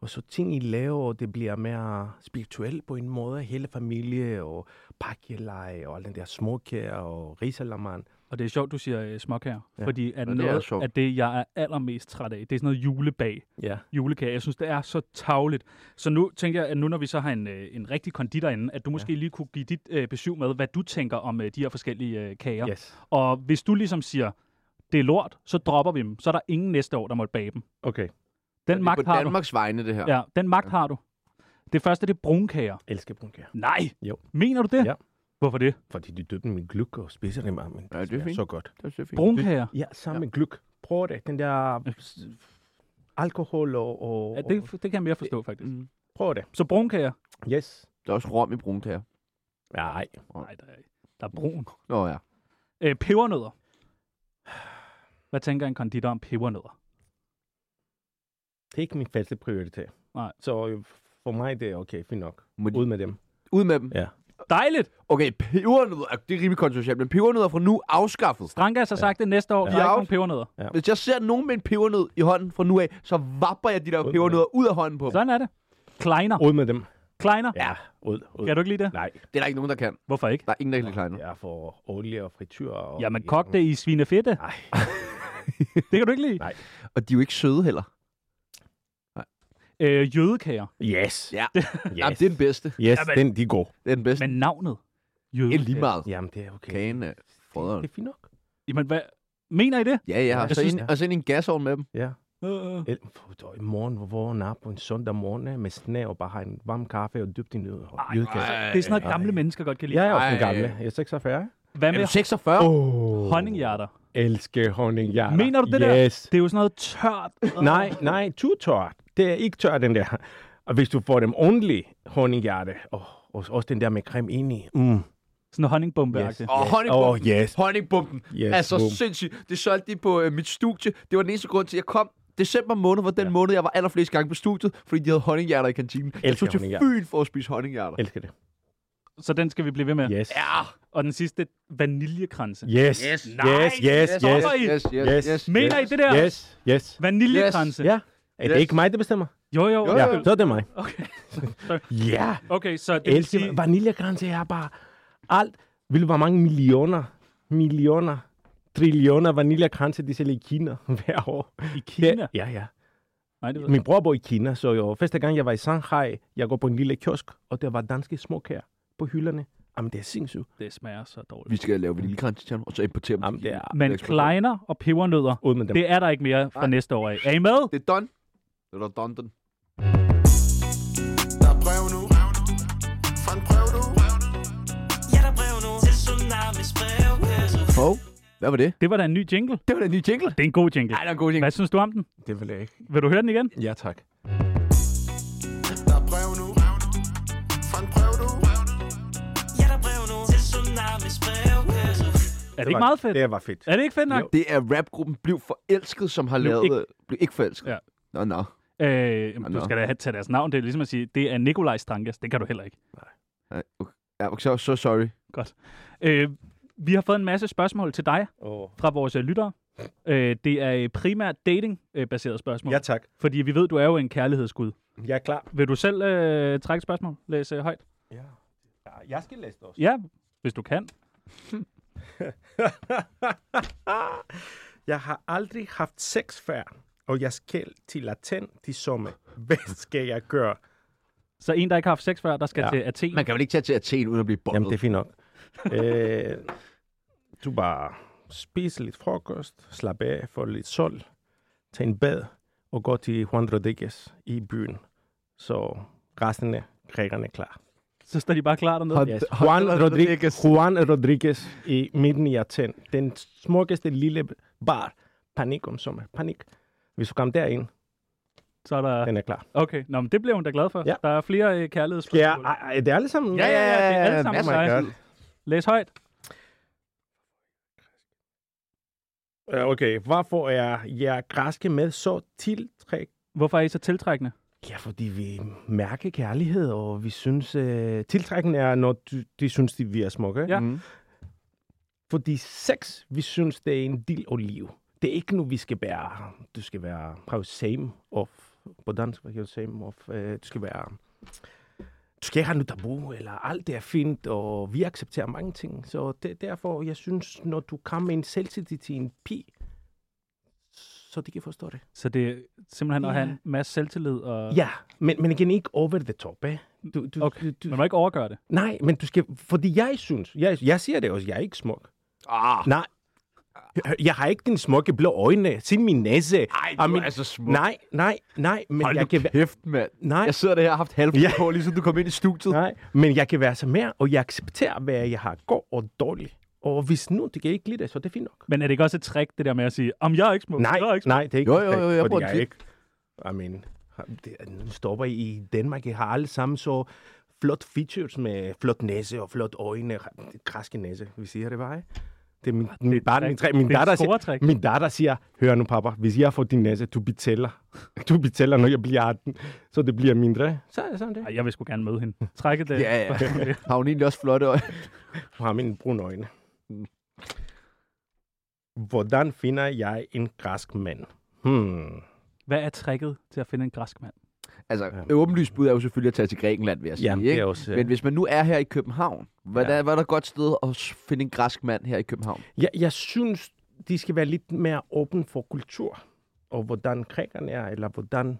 [SPEAKER 4] og så ting, I laver, og det bliver mere spirituelt på en måde. Hele familie og pakkeleje og alle den der småkager og risalamand.
[SPEAKER 3] Og det er sjovt, du siger øh, småkager. Ja.
[SPEAKER 4] Ja.
[SPEAKER 3] Fordi at
[SPEAKER 1] det er
[SPEAKER 3] noget
[SPEAKER 1] sjovt.
[SPEAKER 3] af det, jeg er allermest træt af, det er sådan noget julebag.
[SPEAKER 4] Ja.
[SPEAKER 3] julekage. Jeg synes, det er så tavligt. Så nu tænker jeg, at nu når vi så har en, øh, en rigtig konditor inde, at du måske lige kunne give dit øh, besøg med, hvad du tænker om øh, de her forskellige øh, kager.
[SPEAKER 4] Yes.
[SPEAKER 3] Og hvis du ligesom siger, det er lort, så dropper vi dem. Så er der ingen næste år, der måtte bage dem.
[SPEAKER 4] Okay.
[SPEAKER 3] Den
[SPEAKER 1] Det er på
[SPEAKER 3] magt har
[SPEAKER 1] Danmarks vegne, det her.
[SPEAKER 3] du. Ja, den magt har du. Det første, det er brunkager.
[SPEAKER 4] Elsker brunkager.
[SPEAKER 3] Nej!
[SPEAKER 4] Jo.
[SPEAKER 3] Mener du det?
[SPEAKER 4] Ja.
[SPEAKER 3] Hvorfor det?
[SPEAKER 4] Fordi du døber dem i gluk og spiser dem, ah, men
[SPEAKER 1] Ja, det er
[SPEAKER 4] smager
[SPEAKER 1] fint.
[SPEAKER 4] så godt.
[SPEAKER 1] Det er fint.
[SPEAKER 3] Brunkager.
[SPEAKER 4] Ja, sammen med gluk. Prøv det. Den der s- alkohol og... og
[SPEAKER 3] Ja, det, det kan jeg mere forstå, faktisk.
[SPEAKER 1] Mm.
[SPEAKER 4] Prøv det.
[SPEAKER 3] Så brunkager.
[SPEAKER 4] Yes.
[SPEAKER 1] Der er også rom i brunkager.
[SPEAKER 4] Nej.
[SPEAKER 3] Nej, der er, der er brun.
[SPEAKER 1] Nå ja.
[SPEAKER 3] Øh, pebernødder. Hvad tænker en konditor om pebernødder?
[SPEAKER 4] Det er ikke min faste prioritet.
[SPEAKER 3] Nej.
[SPEAKER 4] Så øh, for mig det er okay, fint nok.
[SPEAKER 1] Må de-
[SPEAKER 4] Ud med dem.
[SPEAKER 1] Ud med dem.
[SPEAKER 4] Ja.
[SPEAKER 3] Dejligt.
[SPEAKER 1] Okay, pebernødder. Det er rimelig kontroversielt, men pebernødder er fra nu afskaffet.
[SPEAKER 3] Strankas har sagt det næste år. Vi
[SPEAKER 1] Ja.
[SPEAKER 3] har ikke nogen pebernødder.
[SPEAKER 4] Ja.
[SPEAKER 1] Hvis jeg ser nogen med en pebernød i hånden fra nu af, så vapper jeg de der pebernødder ud af hånden på dem.
[SPEAKER 3] Sådan er det. Kleiner.
[SPEAKER 4] Ud med dem.
[SPEAKER 3] Kleiner.
[SPEAKER 4] Ja, ud. ud.
[SPEAKER 3] Kan du ikke lide det?
[SPEAKER 4] Nej,
[SPEAKER 1] Det er der ikke nogen, der kan.
[SPEAKER 3] Hvorfor ikke?
[SPEAKER 1] Der er ingen, der kan lide kleiner.
[SPEAKER 4] jeg er for olie og frityr. Og
[SPEAKER 3] Jamen, kog det i svinefedte.
[SPEAKER 4] Nej.
[SPEAKER 3] Det kan du ikke lide.
[SPEAKER 4] Nej.
[SPEAKER 1] Og de er jo ikke søde heller.
[SPEAKER 3] Øh, jødekager.
[SPEAKER 4] Yes.
[SPEAKER 1] Ja.
[SPEAKER 4] Yes.
[SPEAKER 1] Yes. Jamen, det er den bedste.
[SPEAKER 4] Yes,
[SPEAKER 3] Jamen.
[SPEAKER 4] den, de er gode.
[SPEAKER 1] Det er den bedste.
[SPEAKER 3] Men
[SPEAKER 1] Men,
[SPEAKER 3] navnet?
[SPEAKER 1] det er lige
[SPEAKER 3] Jødekager.
[SPEAKER 1] meget. Ja.
[SPEAKER 4] Jamen, det er okay.
[SPEAKER 1] Kagen af frøderen.
[SPEAKER 4] Det er fint nok.
[SPEAKER 3] Jamen, hvad? Mener I det?
[SPEAKER 1] Ja, ja. Og
[SPEAKER 4] Jeg
[SPEAKER 1] så,
[SPEAKER 4] synes,
[SPEAKER 1] ind,
[SPEAKER 4] ja.
[SPEAKER 1] og så ind i en gasovn med dem.
[SPEAKER 4] Ja.
[SPEAKER 3] Øh, øh.
[SPEAKER 4] Eller, for- der er I morgen, hvor vågen er på en søndag morgen øh, med sne og bare har en varm kaffe og dybt i nød. Og jødekasse.
[SPEAKER 3] Det er sådan noget, gamle mennesker godt kan lide.
[SPEAKER 4] Jeg er også en
[SPEAKER 1] Ej.
[SPEAKER 4] gammel. eh. Jeg er 46.
[SPEAKER 3] Hvad
[SPEAKER 1] Er
[SPEAKER 3] med
[SPEAKER 1] du 46? Oh.
[SPEAKER 4] Oh.
[SPEAKER 3] honninghjerter?
[SPEAKER 4] Elsker honninghjerter.
[SPEAKER 3] Mener du det
[SPEAKER 4] yes.
[SPEAKER 3] der?
[SPEAKER 4] Yes.
[SPEAKER 3] Det er jo sådan noget tørt.
[SPEAKER 4] Nej, nej, too tørt. Det er ikke tørt, den der. Og hvis du får dem ordentligt honninghjerte, og og også den der med creme ind i. Mm.
[SPEAKER 3] Sådan noget honningbombe yes.
[SPEAKER 1] Og honningbomben.
[SPEAKER 4] Oh, yes.
[SPEAKER 1] Honningbomben.
[SPEAKER 4] Yes,
[SPEAKER 1] altså
[SPEAKER 4] bum.
[SPEAKER 1] sindssygt. Det solgte de på øh, mit studie. Det var den eneste grund til, at jeg kom. December måned var den ja. måned, jeg var allerflest gange på studiet, fordi de havde honninghjerter i kantinen. Jeg
[SPEAKER 4] Elsker
[SPEAKER 1] tog til
[SPEAKER 4] honninghjerter.
[SPEAKER 1] Fyn for at spise honninghjerter.
[SPEAKER 4] Elsker det.
[SPEAKER 3] Så den skal vi blive ved med.
[SPEAKER 4] Yes.
[SPEAKER 1] Ja.
[SPEAKER 3] Og den sidste, vaniljekranse.
[SPEAKER 4] Yes. Yes.
[SPEAKER 1] Yes.
[SPEAKER 4] Yes. Yes.
[SPEAKER 1] Yes,
[SPEAKER 4] Yes.
[SPEAKER 3] Hvorfor I-
[SPEAKER 1] yes, yes, yes,
[SPEAKER 4] Yes.
[SPEAKER 1] yes.
[SPEAKER 3] Mener I det der?
[SPEAKER 4] Yes. Yes.
[SPEAKER 3] Vaniljekranse?
[SPEAKER 4] Ja. Er det
[SPEAKER 1] Yes.
[SPEAKER 4] ikke mig, der bestemmer?
[SPEAKER 3] Jo, jo.
[SPEAKER 1] Jo,
[SPEAKER 4] Ja,
[SPEAKER 3] undskyld.
[SPEAKER 4] så er det mig.
[SPEAKER 3] Okay.
[SPEAKER 4] Ja.
[SPEAKER 3] okay, så det vil sige,
[SPEAKER 4] Elsker vaniljekranse er bare alt. Vil du, hvor mange millioner, millioner, trillioner vaniljekranse, de sælger i Kina hver år?
[SPEAKER 3] i Kina.
[SPEAKER 4] Det- Ja, ja.
[SPEAKER 3] Nej, det ved jeg.
[SPEAKER 4] Min bror bor i Kina, så jo, første gang jeg var i Shanghai, jeg går på en lille kiosk, og der var danske småkager på hylderne. Jamen, det er sindssygt.
[SPEAKER 3] Det smager så dårligt.
[SPEAKER 1] Vi skal lave vaniljekrans til ham, og så importere dem.
[SPEAKER 4] Jamen,
[SPEAKER 1] til
[SPEAKER 4] det
[SPEAKER 1] Kina.
[SPEAKER 4] er
[SPEAKER 3] Men
[SPEAKER 1] eksploderer.
[SPEAKER 3] kleiner og pebernødder,
[SPEAKER 4] ud med dem.
[SPEAKER 3] det er der ikke mere fra næste år af. Er I med?
[SPEAKER 1] Det er done. Det er done, done.
[SPEAKER 11] Der er brev nu Fra en brev nu Ja, der er brev nu Til Tsunamis brevkasse
[SPEAKER 1] Hov, hvad var det?
[SPEAKER 3] Det var da en ny jingle.
[SPEAKER 1] Det var den nye jingle.
[SPEAKER 3] Det er en god jingle.
[SPEAKER 1] Ej, der er en god jingle.
[SPEAKER 3] Hvad synes du om den?
[SPEAKER 4] Det vil jeg ikke.
[SPEAKER 3] Vil du høre den igen?
[SPEAKER 4] Ja, tak.
[SPEAKER 11] Der er brev nu Fra en brev nu Ja, der er brev nu Til Tsunamis brevkasse
[SPEAKER 3] Er det ikke meget fedt?
[SPEAKER 4] Det var fedt.
[SPEAKER 3] Er det ikke fedt nok?
[SPEAKER 1] Det er rapgruppen Bliv Forelsket, som har
[SPEAKER 3] Bliv
[SPEAKER 1] lavet... øh,
[SPEAKER 3] ikke-
[SPEAKER 1] Bliv ikke forelsket.
[SPEAKER 3] Ja.
[SPEAKER 1] Nå, nå.
[SPEAKER 3] Øh, jamen,
[SPEAKER 1] Nå.
[SPEAKER 3] du skal da have- tage deres navn. Det er ligesom at sige, det er Nikolaj Strankas. Det kan du heller ikke.
[SPEAKER 1] Ej, okay. Ja, okay, så, så sorry.
[SPEAKER 3] Øh, vi har fået en masse spørgsmål til dig
[SPEAKER 4] Oh.
[SPEAKER 3] fra vores øh, lyttere. Øh, det er øh, primært dating-baserede spørgsmål.
[SPEAKER 4] Ja, tak.
[SPEAKER 3] Fordi vi ved, du er jo en kærlighedsgud.
[SPEAKER 4] Jeg er klar.
[SPEAKER 3] Vil du selv øh, trække et spørgsmål? Læse højt?
[SPEAKER 4] Ja. Jeg skal læse det også.
[SPEAKER 3] Ja, hvis du kan.
[SPEAKER 4] Ah, Jeg har aldrig haft sex før, og jeg skal til Latin til sommer. Hvad skal jeg gøre?
[SPEAKER 3] Så en, der ikke har haft sex før, der skal ja.
[SPEAKER 4] Ja.
[SPEAKER 3] til Athen.
[SPEAKER 1] Man kan vel ikke tage til Athen, uden at blive bondet.
[SPEAKER 4] Jamen, det er fint nok. øh, du bare spis lidt frokost, slap af, få lidt sol, tag en bad og gå til Juan Rodriguez i byen. Så resten af grækerne er klar.
[SPEAKER 3] Så står de bare klar dernede.
[SPEAKER 1] Hold-
[SPEAKER 4] Yes.
[SPEAKER 1] hold-
[SPEAKER 4] Juan,
[SPEAKER 1] hold-
[SPEAKER 4] Rodriguez. Juan Rodriguez i midten i Athen. Den smukkeste lille bar. Panik om sommer. Panik. Hvis du kommer derind,
[SPEAKER 3] Så er der...
[SPEAKER 4] den er klar.
[SPEAKER 3] Okay, Nå, men det bliver hun da glad for.
[SPEAKER 4] Ja.
[SPEAKER 3] Der er flere øh, kærlighedsspørgsmål.
[SPEAKER 4] Ja, ej, ej, det er alle sammen. Oh
[SPEAKER 3] Ja, ja, ja, det er alle sammen
[SPEAKER 1] masser
[SPEAKER 3] dig.
[SPEAKER 1] af
[SPEAKER 4] God.
[SPEAKER 1] tid.
[SPEAKER 3] Læs højt.
[SPEAKER 4] Ja, Øh, Okay, hvorfor er jeg græske med så tiltræk?
[SPEAKER 3] Hvorfor er I så tiltrækkende?
[SPEAKER 4] Ja, fordi vi mærker kærlighed, og vi synes, øh, tiltrækken er, når de, de synes, de, vi er smukke. ikke?
[SPEAKER 3] Ja.
[SPEAKER 1] Mm.
[SPEAKER 4] Fordi sex, vi synes, det er en del af liv. Det er ikke nu, vi skal være, du skal være, prøv same of, på dansk, hvad hedder same of, øh, du skal være, du skal ikke have noget tabu, eller alt det er fint, og vi accepterer mange ting. Så det er derfor, jeg synes, når du kommer med en selvtillid til en pi, så de kan forstå det.
[SPEAKER 3] Så det er simpelthen at
[SPEAKER 4] Ja.
[SPEAKER 3] have en masse selvtillid. Og...
[SPEAKER 4] Ja, men, men igen, ikke over the top, eh? Du, du,
[SPEAKER 3] Okay,
[SPEAKER 4] du,
[SPEAKER 3] Man
[SPEAKER 4] du,
[SPEAKER 3] må ikke overgøre det.
[SPEAKER 4] nej, men du skal, fordi jeg synes, jeg, jeg siger det også, jeg er ikke smuk.
[SPEAKER 1] Ah,
[SPEAKER 4] Nej. Jeg har ikke den smukke blå øjne. Se min næse.
[SPEAKER 1] ej,
[SPEAKER 4] Og
[SPEAKER 1] du
[SPEAKER 4] min-
[SPEAKER 1] er så smuk.
[SPEAKER 4] Ah, Nej, nej, nej. Men
[SPEAKER 1] Hold
[SPEAKER 4] jeg
[SPEAKER 1] jeg
[SPEAKER 4] kan være...
[SPEAKER 1] kæft, mand.
[SPEAKER 4] Nej,
[SPEAKER 1] Jeg sidder der her og har haft halv
[SPEAKER 4] Ja.
[SPEAKER 1] ja. på, lige siden du kom ind i studiet. Ja.
[SPEAKER 4] nej. Men jeg kan være så mere, og jeg accepterer, hvad jeg har god og dårlig. Og hvis nu det kan ikke lide det, så er det fint nok.
[SPEAKER 3] Men er det ikke også et trick, det der med at sige, om jeg er ikke smuk,
[SPEAKER 4] Nej,
[SPEAKER 3] jeg er ikke smuk.
[SPEAKER 4] nej, det er ikke
[SPEAKER 1] Jo, jo,
[SPEAKER 4] perfekt,
[SPEAKER 1] jo, jeg bruger
[SPEAKER 4] fordi jeg
[SPEAKER 1] det
[SPEAKER 4] er ikke... I mean, har- det, er- nu stopper I i Danmark. I har alle sammen så flot features med flot næse og flot øjne. Græske næse, vi siger det bare, ikke? Det er min, min, barn, min, tre, min,
[SPEAKER 3] Det er et
[SPEAKER 4] datter siger,
[SPEAKER 3] scoretrick.
[SPEAKER 4] min datter siger, hør nu pappa, hvis jeg får din næse, du betaler. Du betaler, når jeg bliver 18, så det bliver mindre. Så er det sådan det.
[SPEAKER 3] Ej, jeg vil sgu gerne møde hende. Trække det.
[SPEAKER 4] Ja, ja.
[SPEAKER 1] Har hun egentlig også flotte øjne?
[SPEAKER 4] Hun har mine brune øjne. Hvordan finder jeg en græsk mand? Hmm.
[SPEAKER 3] Hvad er tricket til at finde en græsk mand?
[SPEAKER 1] Altså, åbenlyst bud er jo selvfølgelig at tage til Grækenland, vil jeg sige.
[SPEAKER 4] Jamen, det er
[SPEAKER 1] ikke?
[SPEAKER 4] også, ja.
[SPEAKER 1] Men hvis man nu er her i København, hvad ja. er, hvad er der et godt sted at s- finde en græsk mand her i København?
[SPEAKER 4] Jeg, jeg synes, de skal være lidt mere åben for kultur, og hvordan grækerne er, eller hvordan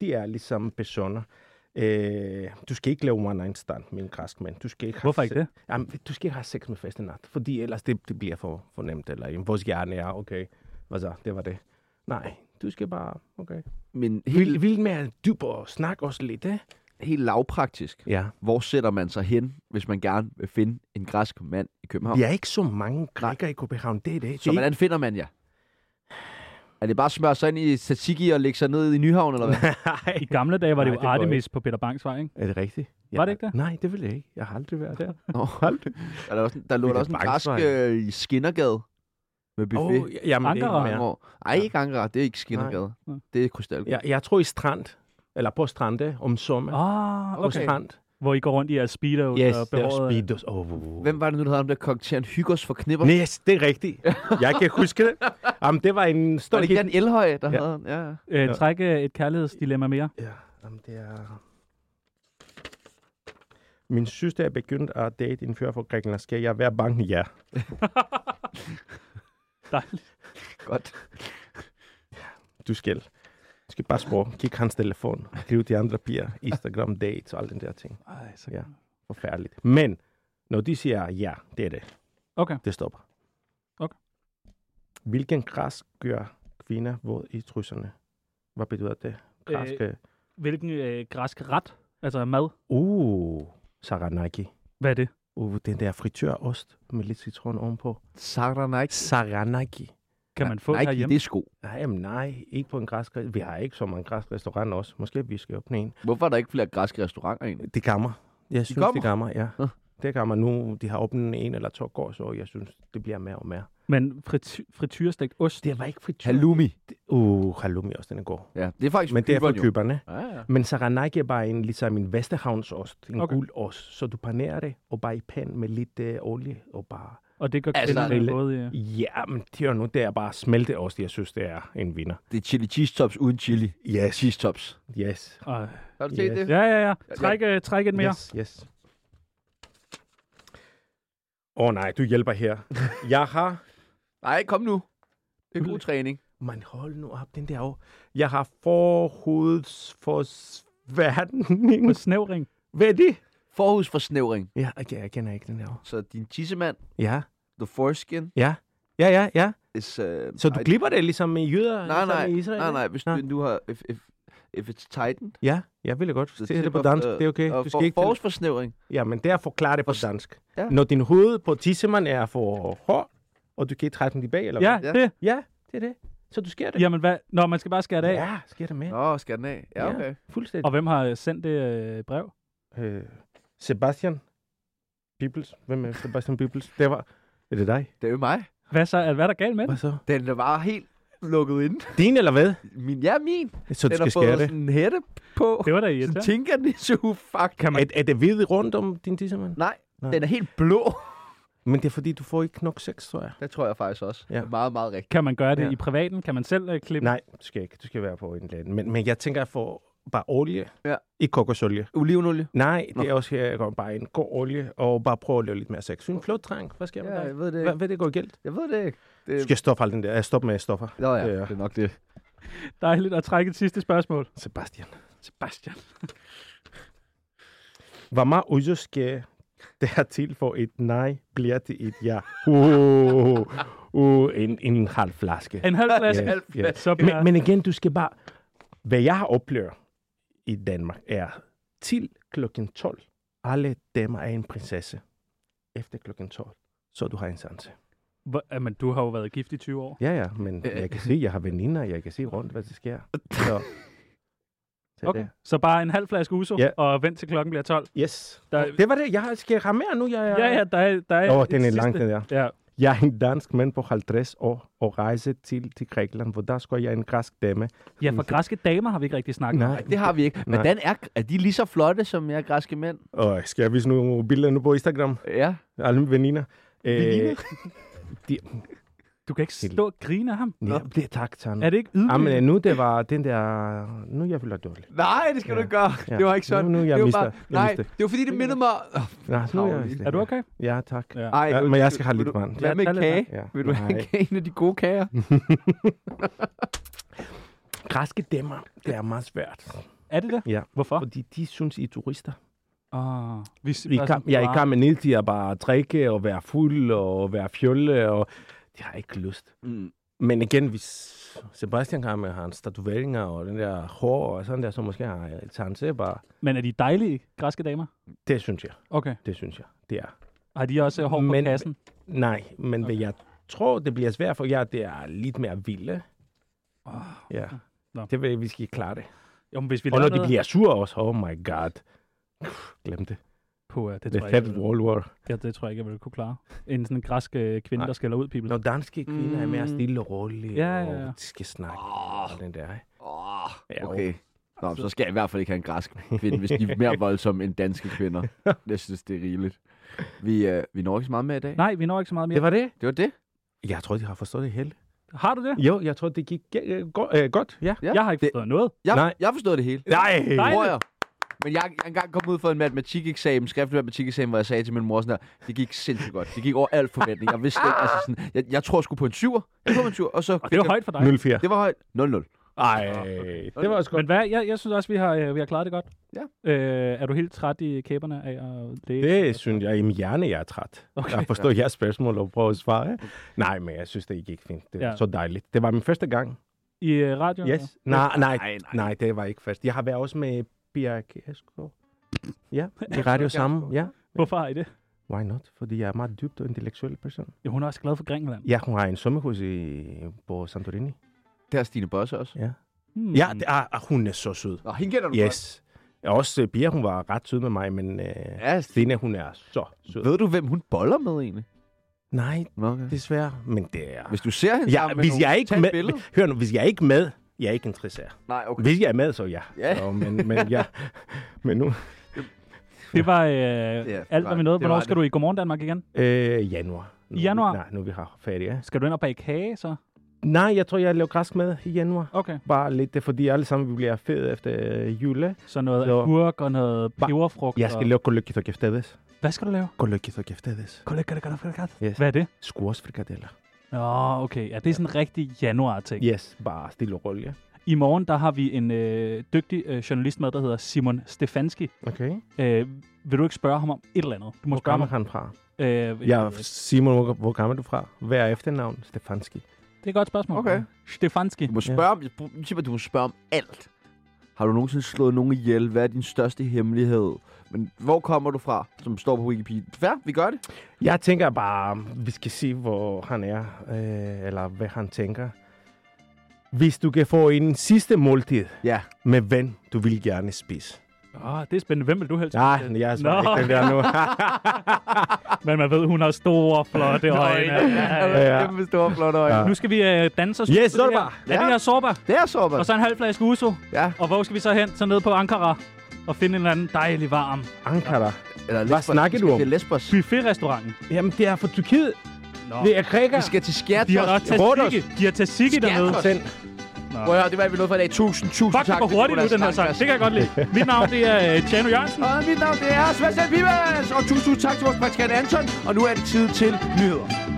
[SPEAKER 4] de er ligesom personer. Øh, du skal ikke lave one night stand med en græsk mand. Du skal ikke
[SPEAKER 3] Hvorfor
[SPEAKER 4] have
[SPEAKER 3] ikke
[SPEAKER 4] se-
[SPEAKER 3] det?
[SPEAKER 4] Jamen, du skal ikke have sex med faste nat, fordi ellers det, det bliver for, for nemt. Eller jamen, vores hjerne er, okay, hvad så, det var det. Nej, du skal bare, okay.
[SPEAKER 1] Men
[SPEAKER 4] helt... Vildt mere dybere snak også lidt, eh?
[SPEAKER 1] Helt lavpraktisk.
[SPEAKER 4] Ja.
[SPEAKER 1] Hvor sætter man sig hen, hvis man gerne vil finde en græsk mand i København?
[SPEAKER 4] Vi er ikke så mange grækere i København, det er det.
[SPEAKER 1] Så
[SPEAKER 4] det er
[SPEAKER 1] hvordan finder man jer? Er det bare at smøre sig ind i tzatziki og lægge sig ned i Nyhavn, eller hvad?
[SPEAKER 3] I gamle dage var det
[SPEAKER 1] Nej,
[SPEAKER 3] jo
[SPEAKER 1] det går
[SPEAKER 3] Artemis på Peter Bangs vej, ikke?
[SPEAKER 4] Er det rigtigt?
[SPEAKER 3] Var det ikke det?
[SPEAKER 4] Nej, det vil jeg ikke. Jeg har aldrig været der.
[SPEAKER 1] Nå,
[SPEAKER 4] aldrig.
[SPEAKER 1] Der, er også, der lå
[SPEAKER 4] Peter
[SPEAKER 1] der også en
[SPEAKER 4] Bangs
[SPEAKER 1] græsk
[SPEAKER 4] Vej.
[SPEAKER 1] øh, i Skinnergade med buffet.
[SPEAKER 4] Åh, ja, jamen, det er ikke
[SPEAKER 1] Ankara.
[SPEAKER 4] mere.
[SPEAKER 1] Ej, ikke Ankara. Det er ikke Skinnergade.
[SPEAKER 3] Nej.
[SPEAKER 1] Det er Krystal.
[SPEAKER 4] Jeg, jeg tror i strand, eller på strande om sommer.
[SPEAKER 3] Ah,
[SPEAKER 4] På
[SPEAKER 3] okay.
[SPEAKER 4] strand.
[SPEAKER 3] Hvor øh, I går rundt i jeres speedos
[SPEAKER 4] Yes,
[SPEAKER 3] og
[SPEAKER 4] det er
[SPEAKER 3] behåret.
[SPEAKER 4] speedos. Oh, oh, oh.
[SPEAKER 1] Hvem var det nu, der havde ham der karakteren Hygos for Knipper?
[SPEAKER 4] Nej, yes, det er rigtigt. Jeg kan huske det. Jamen, det var en stor
[SPEAKER 1] Var det ikke
[SPEAKER 4] hit.
[SPEAKER 1] den Elhøj, der
[SPEAKER 4] Ja.
[SPEAKER 1] ja. havde den? Ja.
[SPEAKER 3] Øh, træk øh, et kærlighedsdilemma mere.
[SPEAKER 4] Ja, jamen, det er... Min søster er begyndt at date en fyr fra Grækenland. Skal jeg være bange? Ja.
[SPEAKER 3] Dejligt.
[SPEAKER 1] Godt.
[SPEAKER 4] Du skal. Du skal bare spørge. Kig hans telefon. Skriv de andre piger. Instagram dates og alle den der ting.
[SPEAKER 3] Ej, så
[SPEAKER 4] Ja, forfærdeligt. Men når de siger ja, det er det.
[SPEAKER 3] Okay.
[SPEAKER 4] Det stopper.
[SPEAKER 3] Okay.
[SPEAKER 4] Hvilken græsk gør kvinder våd i trysserne? Hvad betyder det? Græske... Øh.
[SPEAKER 3] Hvilken øh, græsk ret? Altså mad?
[SPEAKER 4] Uh, saranaki.
[SPEAKER 3] Hvad er det?
[SPEAKER 4] Uh, den der frityrost med lidt citron ovenpå.
[SPEAKER 1] Saranaki.
[SPEAKER 4] Saranaki.
[SPEAKER 3] Kan man få
[SPEAKER 1] Nike,
[SPEAKER 3] herhjemme?
[SPEAKER 1] det er sko.
[SPEAKER 4] Nej, jamen nej, ikke på en græsk Vi har ikke så mange græsk restauranter også. Måske vi skal åbne en.
[SPEAKER 1] Hvorfor er der ikke flere græske restauranter egentlig?
[SPEAKER 4] Det gammer. Jeg synes,
[SPEAKER 1] kommer?
[SPEAKER 4] det gammer, ja.
[SPEAKER 1] Nå.
[SPEAKER 4] Det gammer nu. De har åbnet en eller to går, så jeg synes, det bliver mere og mere.
[SPEAKER 3] Men frity- frityrestegt ost?
[SPEAKER 4] Det var ikke frityr.
[SPEAKER 1] Halloumi.
[SPEAKER 4] Uh, halloumi også, den er god.
[SPEAKER 1] Ja, det er faktisk
[SPEAKER 4] Men det er fra
[SPEAKER 1] Cypern jo.
[SPEAKER 4] køberne.
[SPEAKER 1] Ja, ja.
[SPEAKER 4] Men saranaki er bare en, ligesom en Vesterhavnsost, en
[SPEAKER 3] Okay.
[SPEAKER 4] okay. guld ost. Så du panerer det, og bare i pan med lidt øh, olie, og bare...
[SPEAKER 3] Og det gør
[SPEAKER 1] Altså,
[SPEAKER 3] kvinderne
[SPEAKER 4] grille.
[SPEAKER 3] både... Øh,
[SPEAKER 4] Ja, men det er nu, det er bare smelteost, jeg synes, det er en vinder.
[SPEAKER 1] Det er chili cheese tops uden chili.
[SPEAKER 4] Yes.
[SPEAKER 1] Cheese tops.
[SPEAKER 4] Yes.
[SPEAKER 3] øh.
[SPEAKER 1] Har du set
[SPEAKER 4] Yes.
[SPEAKER 1] det?
[SPEAKER 3] Ja, ja, ja. Træk, øh, træk et mere.
[SPEAKER 4] Yes, yes. Åh oh, nej, du hjælper her. Jeg har
[SPEAKER 1] Nej, kom nu. Det er god træning.
[SPEAKER 4] Men hold nu op, den der år. Jeg har forhudsforsværtning.
[SPEAKER 3] På snævring.
[SPEAKER 4] Hvad er det?
[SPEAKER 1] Forhudsforsnævring.
[SPEAKER 4] Ja, okay, jeg kender ikke den der år.
[SPEAKER 1] Så din tissemand,
[SPEAKER 4] Ja,
[SPEAKER 1] the foreskin,
[SPEAKER 4] ja. Ja, ja, ja.
[SPEAKER 1] is... Uh,
[SPEAKER 4] Så du glipper det ligesom i jøder?
[SPEAKER 1] Nej, nej,
[SPEAKER 4] ligesom i
[SPEAKER 1] nej,
[SPEAKER 4] Israel,
[SPEAKER 1] nej,
[SPEAKER 4] ikke?
[SPEAKER 1] nej, hvis
[SPEAKER 4] Nå.
[SPEAKER 1] du, du har... If, if, if it's tightened...
[SPEAKER 4] Ja, jeg ville godt.
[SPEAKER 1] the
[SPEAKER 4] Det er det
[SPEAKER 1] tip
[SPEAKER 4] på
[SPEAKER 1] of,
[SPEAKER 4] dansk,
[SPEAKER 1] uh,
[SPEAKER 4] det er okay.
[SPEAKER 1] uh,
[SPEAKER 4] Du
[SPEAKER 1] for-
[SPEAKER 4] skal ikke...
[SPEAKER 1] Forårsforsnævring.
[SPEAKER 4] Ja, men det er at forklare det på dansk.
[SPEAKER 1] Ja.
[SPEAKER 4] Når din hoved på tissemand er for hård, og du kan ikke trække den tilbage, eller
[SPEAKER 3] Ja,
[SPEAKER 4] hvad?
[SPEAKER 1] Ja.
[SPEAKER 3] det.
[SPEAKER 4] Ja, det er det. Så du skærer det.
[SPEAKER 3] Jamen, hvad? Nå, man skal bare skære det af.
[SPEAKER 4] ja skærer det med.
[SPEAKER 1] Nå, skal den af? Ja, okay.
[SPEAKER 4] Fuldstændig.
[SPEAKER 3] Og hvem har øh, sendt det øh, brev?
[SPEAKER 4] øh, Sebastian Bibels. Hvem er Sebastian Bibels? Det var... Er det dig?
[SPEAKER 1] Det er jo mig.
[SPEAKER 3] Hvad så? Hvad er der galt med
[SPEAKER 4] Hvad
[SPEAKER 3] det?
[SPEAKER 4] så?
[SPEAKER 1] Den er bare helt lukket ind.
[SPEAKER 4] Din eller hvad?
[SPEAKER 1] Min, ja, min.
[SPEAKER 4] Så du
[SPEAKER 1] Den har fået
[SPEAKER 4] skal skære det.
[SPEAKER 1] sådan en hætte på.
[SPEAKER 3] Det var da
[SPEAKER 1] Sådan
[SPEAKER 3] irriterende.
[SPEAKER 1] tænker den i så fuck.
[SPEAKER 4] Kan man... er, er det hvide rundt om din tissemand?
[SPEAKER 1] Nej,
[SPEAKER 4] Nej.
[SPEAKER 1] den er helt blå.
[SPEAKER 4] Men det er fordi, du får ikke nok sex, tror jeg.
[SPEAKER 1] Det tror jeg faktisk også.
[SPEAKER 4] Ja.
[SPEAKER 1] Ja. Meget, meget rigtigt.
[SPEAKER 3] Kan man gøre det
[SPEAKER 4] Ja.
[SPEAKER 3] i privaten? Kan man selv øh, klippe?
[SPEAKER 4] Nej, du skal ikke. Du skal være på en eller anden. Men, men jeg tænker, at jeg får bare olie.
[SPEAKER 1] Ja.
[SPEAKER 4] Ikke kokosolie.
[SPEAKER 1] Olivenolie.
[SPEAKER 4] Nej, det er også her, jeg går bare en god olie, og bare prøve at lave lidt mere sex. Synes flot dreng. Hvad sker der
[SPEAKER 1] Ja,
[SPEAKER 4] med dig?
[SPEAKER 1] jeg ved det
[SPEAKER 4] Hvad,
[SPEAKER 1] ikke. Øh.
[SPEAKER 4] hvad det går galt?
[SPEAKER 1] Jeg ved det ikke.
[SPEAKER 4] Du
[SPEAKER 1] Det...
[SPEAKER 4] skal stoppe alt den der. Jeg stopper med stoffer.
[SPEAKER 1] Nå ja,
[SPEAKER 4] Ja.
[SPEAKER 1] det er nok det.
[SPEAKER 3] Dejligt at trække et sidste spørgsmål.
[SPEAKER 4] Sebastian.
[SPEAKER 3] Sebastian.
[SPEAKER 4] Hvor meget udstyr skal der til for et nej, bliver til et ja? Uh, uh, en, en halv flaske.
[SPEAKER 3] En halv flaske.
[SPEAKER 4] Ja, ja.
[SPEAKER 3] Så bliver...
[SPEAKER 4] Men, men igen, du skal bare... Hvad jeg har oplevet i Danmark er, til klokken 12, alle damer er en prinsesse. Efter klokken 12, så du har en chance.
[SPEAKER 3] Hvor, jamen, du har jo været gift i 20 år.
[SPEAKER 4] Ja, ja, men jeg kan se, jeg har veninder, jeg kan se rundt, hvad der sker. Så, så
[SPEAKER 3] Okay.
[SPEAKER 4] det.
[SPEAKER 3] Så bare en halv flaske uso,
[SPEAKER 4] Ja.
[SPEAKER 3] og vent til klokken bliver 12.
[SPEAKER 4] Yes.
[SPEAKER 3] Der-
[SPEAKER 4] Det var det. Jeg har- skal jeg have mere nu. Jeg,
[SPEAKER 3] Ja, ja, der er... Der er
[SPEAKER 4] Åh,
[SPEAKER 3] et
[SPEAKER 4] den er
[SPEAKER 3] sidste-
[SPEAKER 4] lang, den der.
[SPEAKER 3] Ja,
[SPEAKER 4] Jeg er en dansk mand på 50 år og rejser til, til Grækenland, hvor der skal jeg en græsk dame.
[SPEAKER 3] Ja, for græske damer har vi ikke rigtig snakket
[SPEAKER 4] Nej, det har vi ikke.
[SPEAKER 3] Hvordan
[SPEAKER 4] er, er de lige så flotte, som jeg græske mænd? Og skal jeg vise nogle billeder nu på Instagram? Ja. Alle mine veninder. Øh,
[SPEAKER 3] Veninder?
[SPEAKER 4] de,
[SPEAKER 3] Du kan ikke stå og grine af ham.
[SPEAKER 4] Ja, det, tak, Søren.
[SPEAKER 3] Er det ikke ydmygende?
[SPEAKER 4] Jamen, nu det var den der... Nu jeg føler dårligt.
[SPEAKER 1] Nej, det skal ja. du ikke gøre.
[SPEAKER 4] Ja.
[SPEAKER 1] Ja. Det var ikke sådan.
[SPEAKER 4] Nu- nu, jeg
[SPEAKER 1] det var
[SPEAKER 4] mister-
[SPEAKER 1] bare,
[SPEAKER 4] jeg
[SPEAKER 1] nej,
[SPEAKER 4] mister.
[SPEAKER 1] det var fordi, det mindede mig...
[SPEAKER 4] Nå, nu er, jeg
[SPEAKER 1] Travlt.
[SPEAKER 4] vist-
[SPEAKER 1] Er du okay?
[SPEAKER 4] Ja, tak. Ja.
[SPEAKER 1] Ej,
[SPEAKER 4] ja, men jeg skal have lidt vand.
[SPEAKER 1] Hvad med kage?
[SPEAKER 4] Ja.
[SPEAKER 1] Vil du have
[SPEAKER 4] Nej. Mm.
[SPEAKER 1] en af de gode kager?
[SPEAKER 4] Græske dæmmer, det er meget svært.
[SPEAKER 3] Er det det?
[SPEAKER 4] Ja.
[SPEAKER 3] Hvorfor?
[SPEAKER 4] Fordi de synes, I er turister.
[SPEAKER 3] Ah, vi,
[SPEAKER 4] I kan, ja, I kan med ned til at bare drikke og være fuld og være fjolle, og de har ikke lyst.
[SPEAKER 1] Mm.
[SPEAKER 4] Men igen, hvis Sebastian har med hans statueringer og den der hår og sådan der, så måske har jeg chance bare.
[SPEAKER 3] Men er de dejlige græske damer?
[SPEAKER 4] Det synes jeg.
[SPEAKER 3] Okay.
[SPEAKER 4] Det synes jeg. Det er.
[SPEAKER 3] Har de også øh, hår på
[SPEAKER 4] Men-
[SPEAKER 3] kassen?
[SPEAKER 4] Nej, men okay. jeg tror, det bliver svært for jer, det er lidt mere vilde.
[SPEAKER 3] Oh,
[SPEAKER 4] ja.
[SPEAKER 3] Nå.
[SPEAKER 4] Det vil vi skal klare det.
[SPEAKER 3] Jo, men hvis vi
[SPEAKER 4] og når
[SPEAKER 3] laver
[SPEAKER 4] de
[SPEAKER 3] noget-
[SPEAKER 4] bliver sure også, oh my god. Glem det.
[SPEAKER 3] På, det
[SPEAKER 4] The
[SPEAKER 3] tror jeg ikke,
[SPEAKER 4] Third
[SPEAKER 3] jeg vil.
[SPEAKER 4] World War.
[SPEAKER 3] Ja, det tror jeg ikke, jeg ville kunne klare. En sådan græsk øh, kvinde,
[SPEAKER 4] Nej.
[SPEAKER 3] der skælder ud, people.
[SPEAKER 4] Når danske kvinder er mere
[SPEAKER 3] Mm.
[SPEAKER 4] stille og rolige,
[SPEAKER 3] Ja, ja, ja.
[SPEAKER 4] og de skal snakke oh. og den der. ikke? Ja,
[SPEAKER 1] Okay. Nå, men så skal jeg i hvert fald ikke have en græsk kvinde, hvis de er mere voldsomme end danske kvinder. Jeg synes, det er rigeligt. Vi, øh, vi når ikke så meget med i dag.
[SPEAKER 3] Nej, vi når ikke så meget mere.
[SPEAKER 4] Det var det.
[SPEAKER 1] Det var det.
[SPEAKER 4] Jeg tror, de har forstået det hele.
[SPEAKER 3] Har du det?
[SPEAKER 4] Jo, jeg tror, det gik øh, go- øh, godt. Ja.
[SPEAKER 1] Ja.
[SPEAKER 3] Jeg har ikke forstået noget.
[SPEAKER 1] Jeg,
[SPEAKER 4] Nej.
[SPEAKER 1] Nej. jeg forstod det hele.
[SPEAKER 4] Nej!
[SPEAKER 1] Tror jeg. Men jeg, jeg er engang kom ud for en matematikeksamen, skriftlig matematikeksamen, hvor jeg sagde til min mor sådan her, det gik sindssygt godt. Det gik over alt forventning. Jeg vidste ikke, altså sådan, jeg, jeg tror sgu på en syver. Jeg tror på en syver, og så...
[SPEAKER 3] Og det var højt for dig.
[SPEAKER 4] 04.
[SPEAKER 1] Det var højt. 00.
[SPEAKER 4] Ej, det var også godt.
[SPEAKER 3] Men hvad, jeg, jeg synes også, vi har, øh, vi har klaret det godt.
[SPEAKER 1] Ja.
[SPEAKER 3] Øh, er du helt træt i kæberne af at læse?
[SPEAKER 4] Det synes jeg. I min hjerne, jeg er træt. Okay. Jeg forstår jeres spørgsmål og prøver at svare. ikke? Nej, men jeg synes, det gik fint. Det er
[SPEAKER 3] Ja.
[SPEAKER 4] ja. så dejligt. Det var min første gang.
[SPEAKER 3] I øh, radioen?
[SPEAKER 4] Yes. Nej, nej, nej, nej, det var ikke først. Jeg har været også med Pia Kjærsgaard. Ja, i radio sammen. Ja.
[SPEAKER 3] Hvorfor har I det?
[SPEAKER 4] Why not? Fordi jeg er en meget dybt og intellektuel person.
[SPEAKER 3] Jo, hun er også glad for Grækenland.
[SPEAKER 4] Ja, hun har en sommerhus i, på Santorini.
[SPEAKER 1] Der er Stine Bosse også.
[SPEAKER 4] Ja.
[SPEAKER 3] Hmm.
[SPEAKER 4] Ja, det er, ah, hun er så sød.
[SPEAKER 1] Nå, hende kender du
[SPEAKER 4] Yes. Også uh, Pia, hun var ret sød med mig, men uh,
[SPEAKER 1] Ja,
[SPEAKER 4] Stine, hun er så sød.
[SPEAKER 1] godt. Ved du, hvem hun boller med egentlig?
[SPEAKER 4] Nej,
[SPEAKER 1] Nå, Okay.
[SPEAKER 4] desværre. Men det er...
[SPEAKER 1] Hvis du ser hende
[SPEAKER 4] Ja,
[SPEAKER 1] sammen med
[SPEAKER 4] hvis
[SPEAKER 1] nogen,
[SPEAKER 4] jeg er
[SPEAKER 1] tag
[SPEAKER 4] ikke
[SPEAKER 1] et
[SPEAKER 4] med,
[SPEAKER 1] billede.
[SPEAKER 4] hør nu, hvis jeg er ikke med, jeg er ikke interesseret.
[SPEAKER 1] Nej, okay.
[SPEAKER 4] Hvis jeg er med, så ja.
[SPEAKER 1] Ja.
[SPEAKER 4] Så, men, men, ja. men nu...
[SPEAKER 3] Det var øh,
[SPEAKER 1] det
[SPEAKER 3] alt,
[SPEAKER 1] var-
[SPEAKER 3] hvad vi nåede.
[SPEAKER 1] det
[SPEAKER 3] Hvornår
[SPEAKER 1] var
[SPEAKER 3] skal du i Godmorgen Danmark igen?
[SPEAKER 4] Øh, januar. Nu,
[SPEAKER 3] I januar?
[SPEAKER 4] Nej, nu vi har ferie.
[SPEAKER 3] Skal du ind og bage kage, så?
[SPEAKER 4] Nej, jeg tror, jeg laver græsk med i januar.
[SPEAKER 3] Okay.
[SPEAKER 4] Bare lidt, det er fordi alle sammen vi bliver fede efter øh, jule.
[SPEAKER 3] Så noget
[SPEAKER 4] Så-
[SPEAKER 3] agurk og noget
[SPEAKER 4] Ba-
[SPEAKER 3] peberfrugt.
[SPEAKER 4] Jeg skal
[SPEAKER 3] og...
[SPEAKER 4] lave kolokito kæftedes.
[SPEAKER 3] Hvad skal du lave?
[SPEAKER 4] Kolokito kæftedes.
[SPEAKER 3] Kolde, kolde, kolde, kolde, kolde.
[SPEAKER 4] Yes.
[SPEAKER 3] Hvad er det?
[SPEAKER 4] Skursfrikadeller.
[SPEAKER 3] Nå, okay. Ja, det er sådan en rigtig januar-ting.
[SPEAKER 4] Yes, bare stille og roligt. ja.
[SPEAKER 3] I morgen, der har vi en øh, dygtig øh, journalist med, der hedder Simon Stefanski.
[SPEAKER 4] Okay.
[SPEAKER 3] Øh, vil du ikke spørge ham om et eller andet? Du må
[SPEAKER 4] Hvor
[SPEAKER 3] spørge
[SPEAKER 4] kommer
[SPEAKER 3] ham.
[SPEAKER 4] han fra?
[SPEAKER 3] Øh,
[SPEAKER 4] Ja, Simon, hvor, hvor kommer du fra? Hvad er efternavn? Stefanski.
[SPEAKER 3] Det er et godt spørgsmål.
[SPEAKER 1] Okay.
[SPEAKER 3] Stefanski.
[SPEAKER 1] Du må spørge om, simpelthen, du må spørge om alt. Har du nogensinde slået nogen ihjel? Hvad er din største hemmelighed? Men hvor kommer du fra, som står på Wikipedia? Fair, vi gør det.
[SPEAKER 4] Jeg tænker bare, vi skal se, hvor han er, øh, eller hvad han tænker. Hvis du kan få en sidste måltid
[SPEAKER 1] Ja.
[SPEAKER 4] med ven, du vil gerne spise.
[SPEAKER 3] Åh, det er spændende. Hvem vil du helst?
[SPEAKER 4] Nej, jeg er
[SPEAKER 3] Nå.
[SPEAKER 4] ikke den der nu.
[SPEAKER 3] Men man ved, hun har store, flotte øjne. Ja, ja.
[SPEAKER 4] ja.
[SPEAKER 1] Kæmpe store, flotte øjne.
[SPEAKER 4] Ja.
[SPEAKER 3] Nu skal vi øh, danse os.
[SPEAKER 4] Yes,
[SPEAKER 3] ud af det her.
[SPEAKER 4] Zorba.
[SPEAKER 3] Ja, det
[SPEAKER 1] Ja.
[SPEAKER 3] her Sorba.
[SPEAKER 1] Det er så,
[SPEAKER 3] Og så en halv flaske Uso.
[SPEAKER 1] Ja.
[SPEAKER 3] Og hvor skal vi så hen? Så ned på Ankara og finde en eller anden dejlig varm
[SPEAKER 4] Ankara.
[SPEAKER 1] Eller Lesbos.
[SPEAKER 4] Hvad snakker du om?
[SPEAKER 1] Vi skal til Lesbos.
[SPEAKER 3] buffetrestaurant.
[SPEAKER 4] Jamen, det er fra Tyrkiet.
[SPEAKER 3] Nå.
[SPEAKER 4] Det er græker.
[SPEAKER 1] Vi skal til
[SPEAKER 3] De har
[SPEAKER 1] Skjertos.
[SPEAKER 3] også tzatziki. De har tzatziki dernede.
[SPEAKER 4] Send.
[SPEAKER 1] Prøv at høre, det var alt, vi nåede for i dag. Tusind, tusind
[SPEAKER 3] Fuck,
[SPEAKER 1] tak.
[SPEAKER 3] hvor
[SPEAKER 1] til
[SPEAKER 3] hurtigt nu
[SPEAKER 1] Nicolas
[SPEAKER 3] den her sang.
[SPEAKER 1] Stankers.
[SPEAKER 3] Det kan jeg godt lide. Mit navn, det er øh, Tjano Jørgensen.
[SPEAKER 1] Og mit navn det er Sebastian Bibas, og tusind, tusind tak til vores praktikant Anton. Og nu er det tid til nyheder.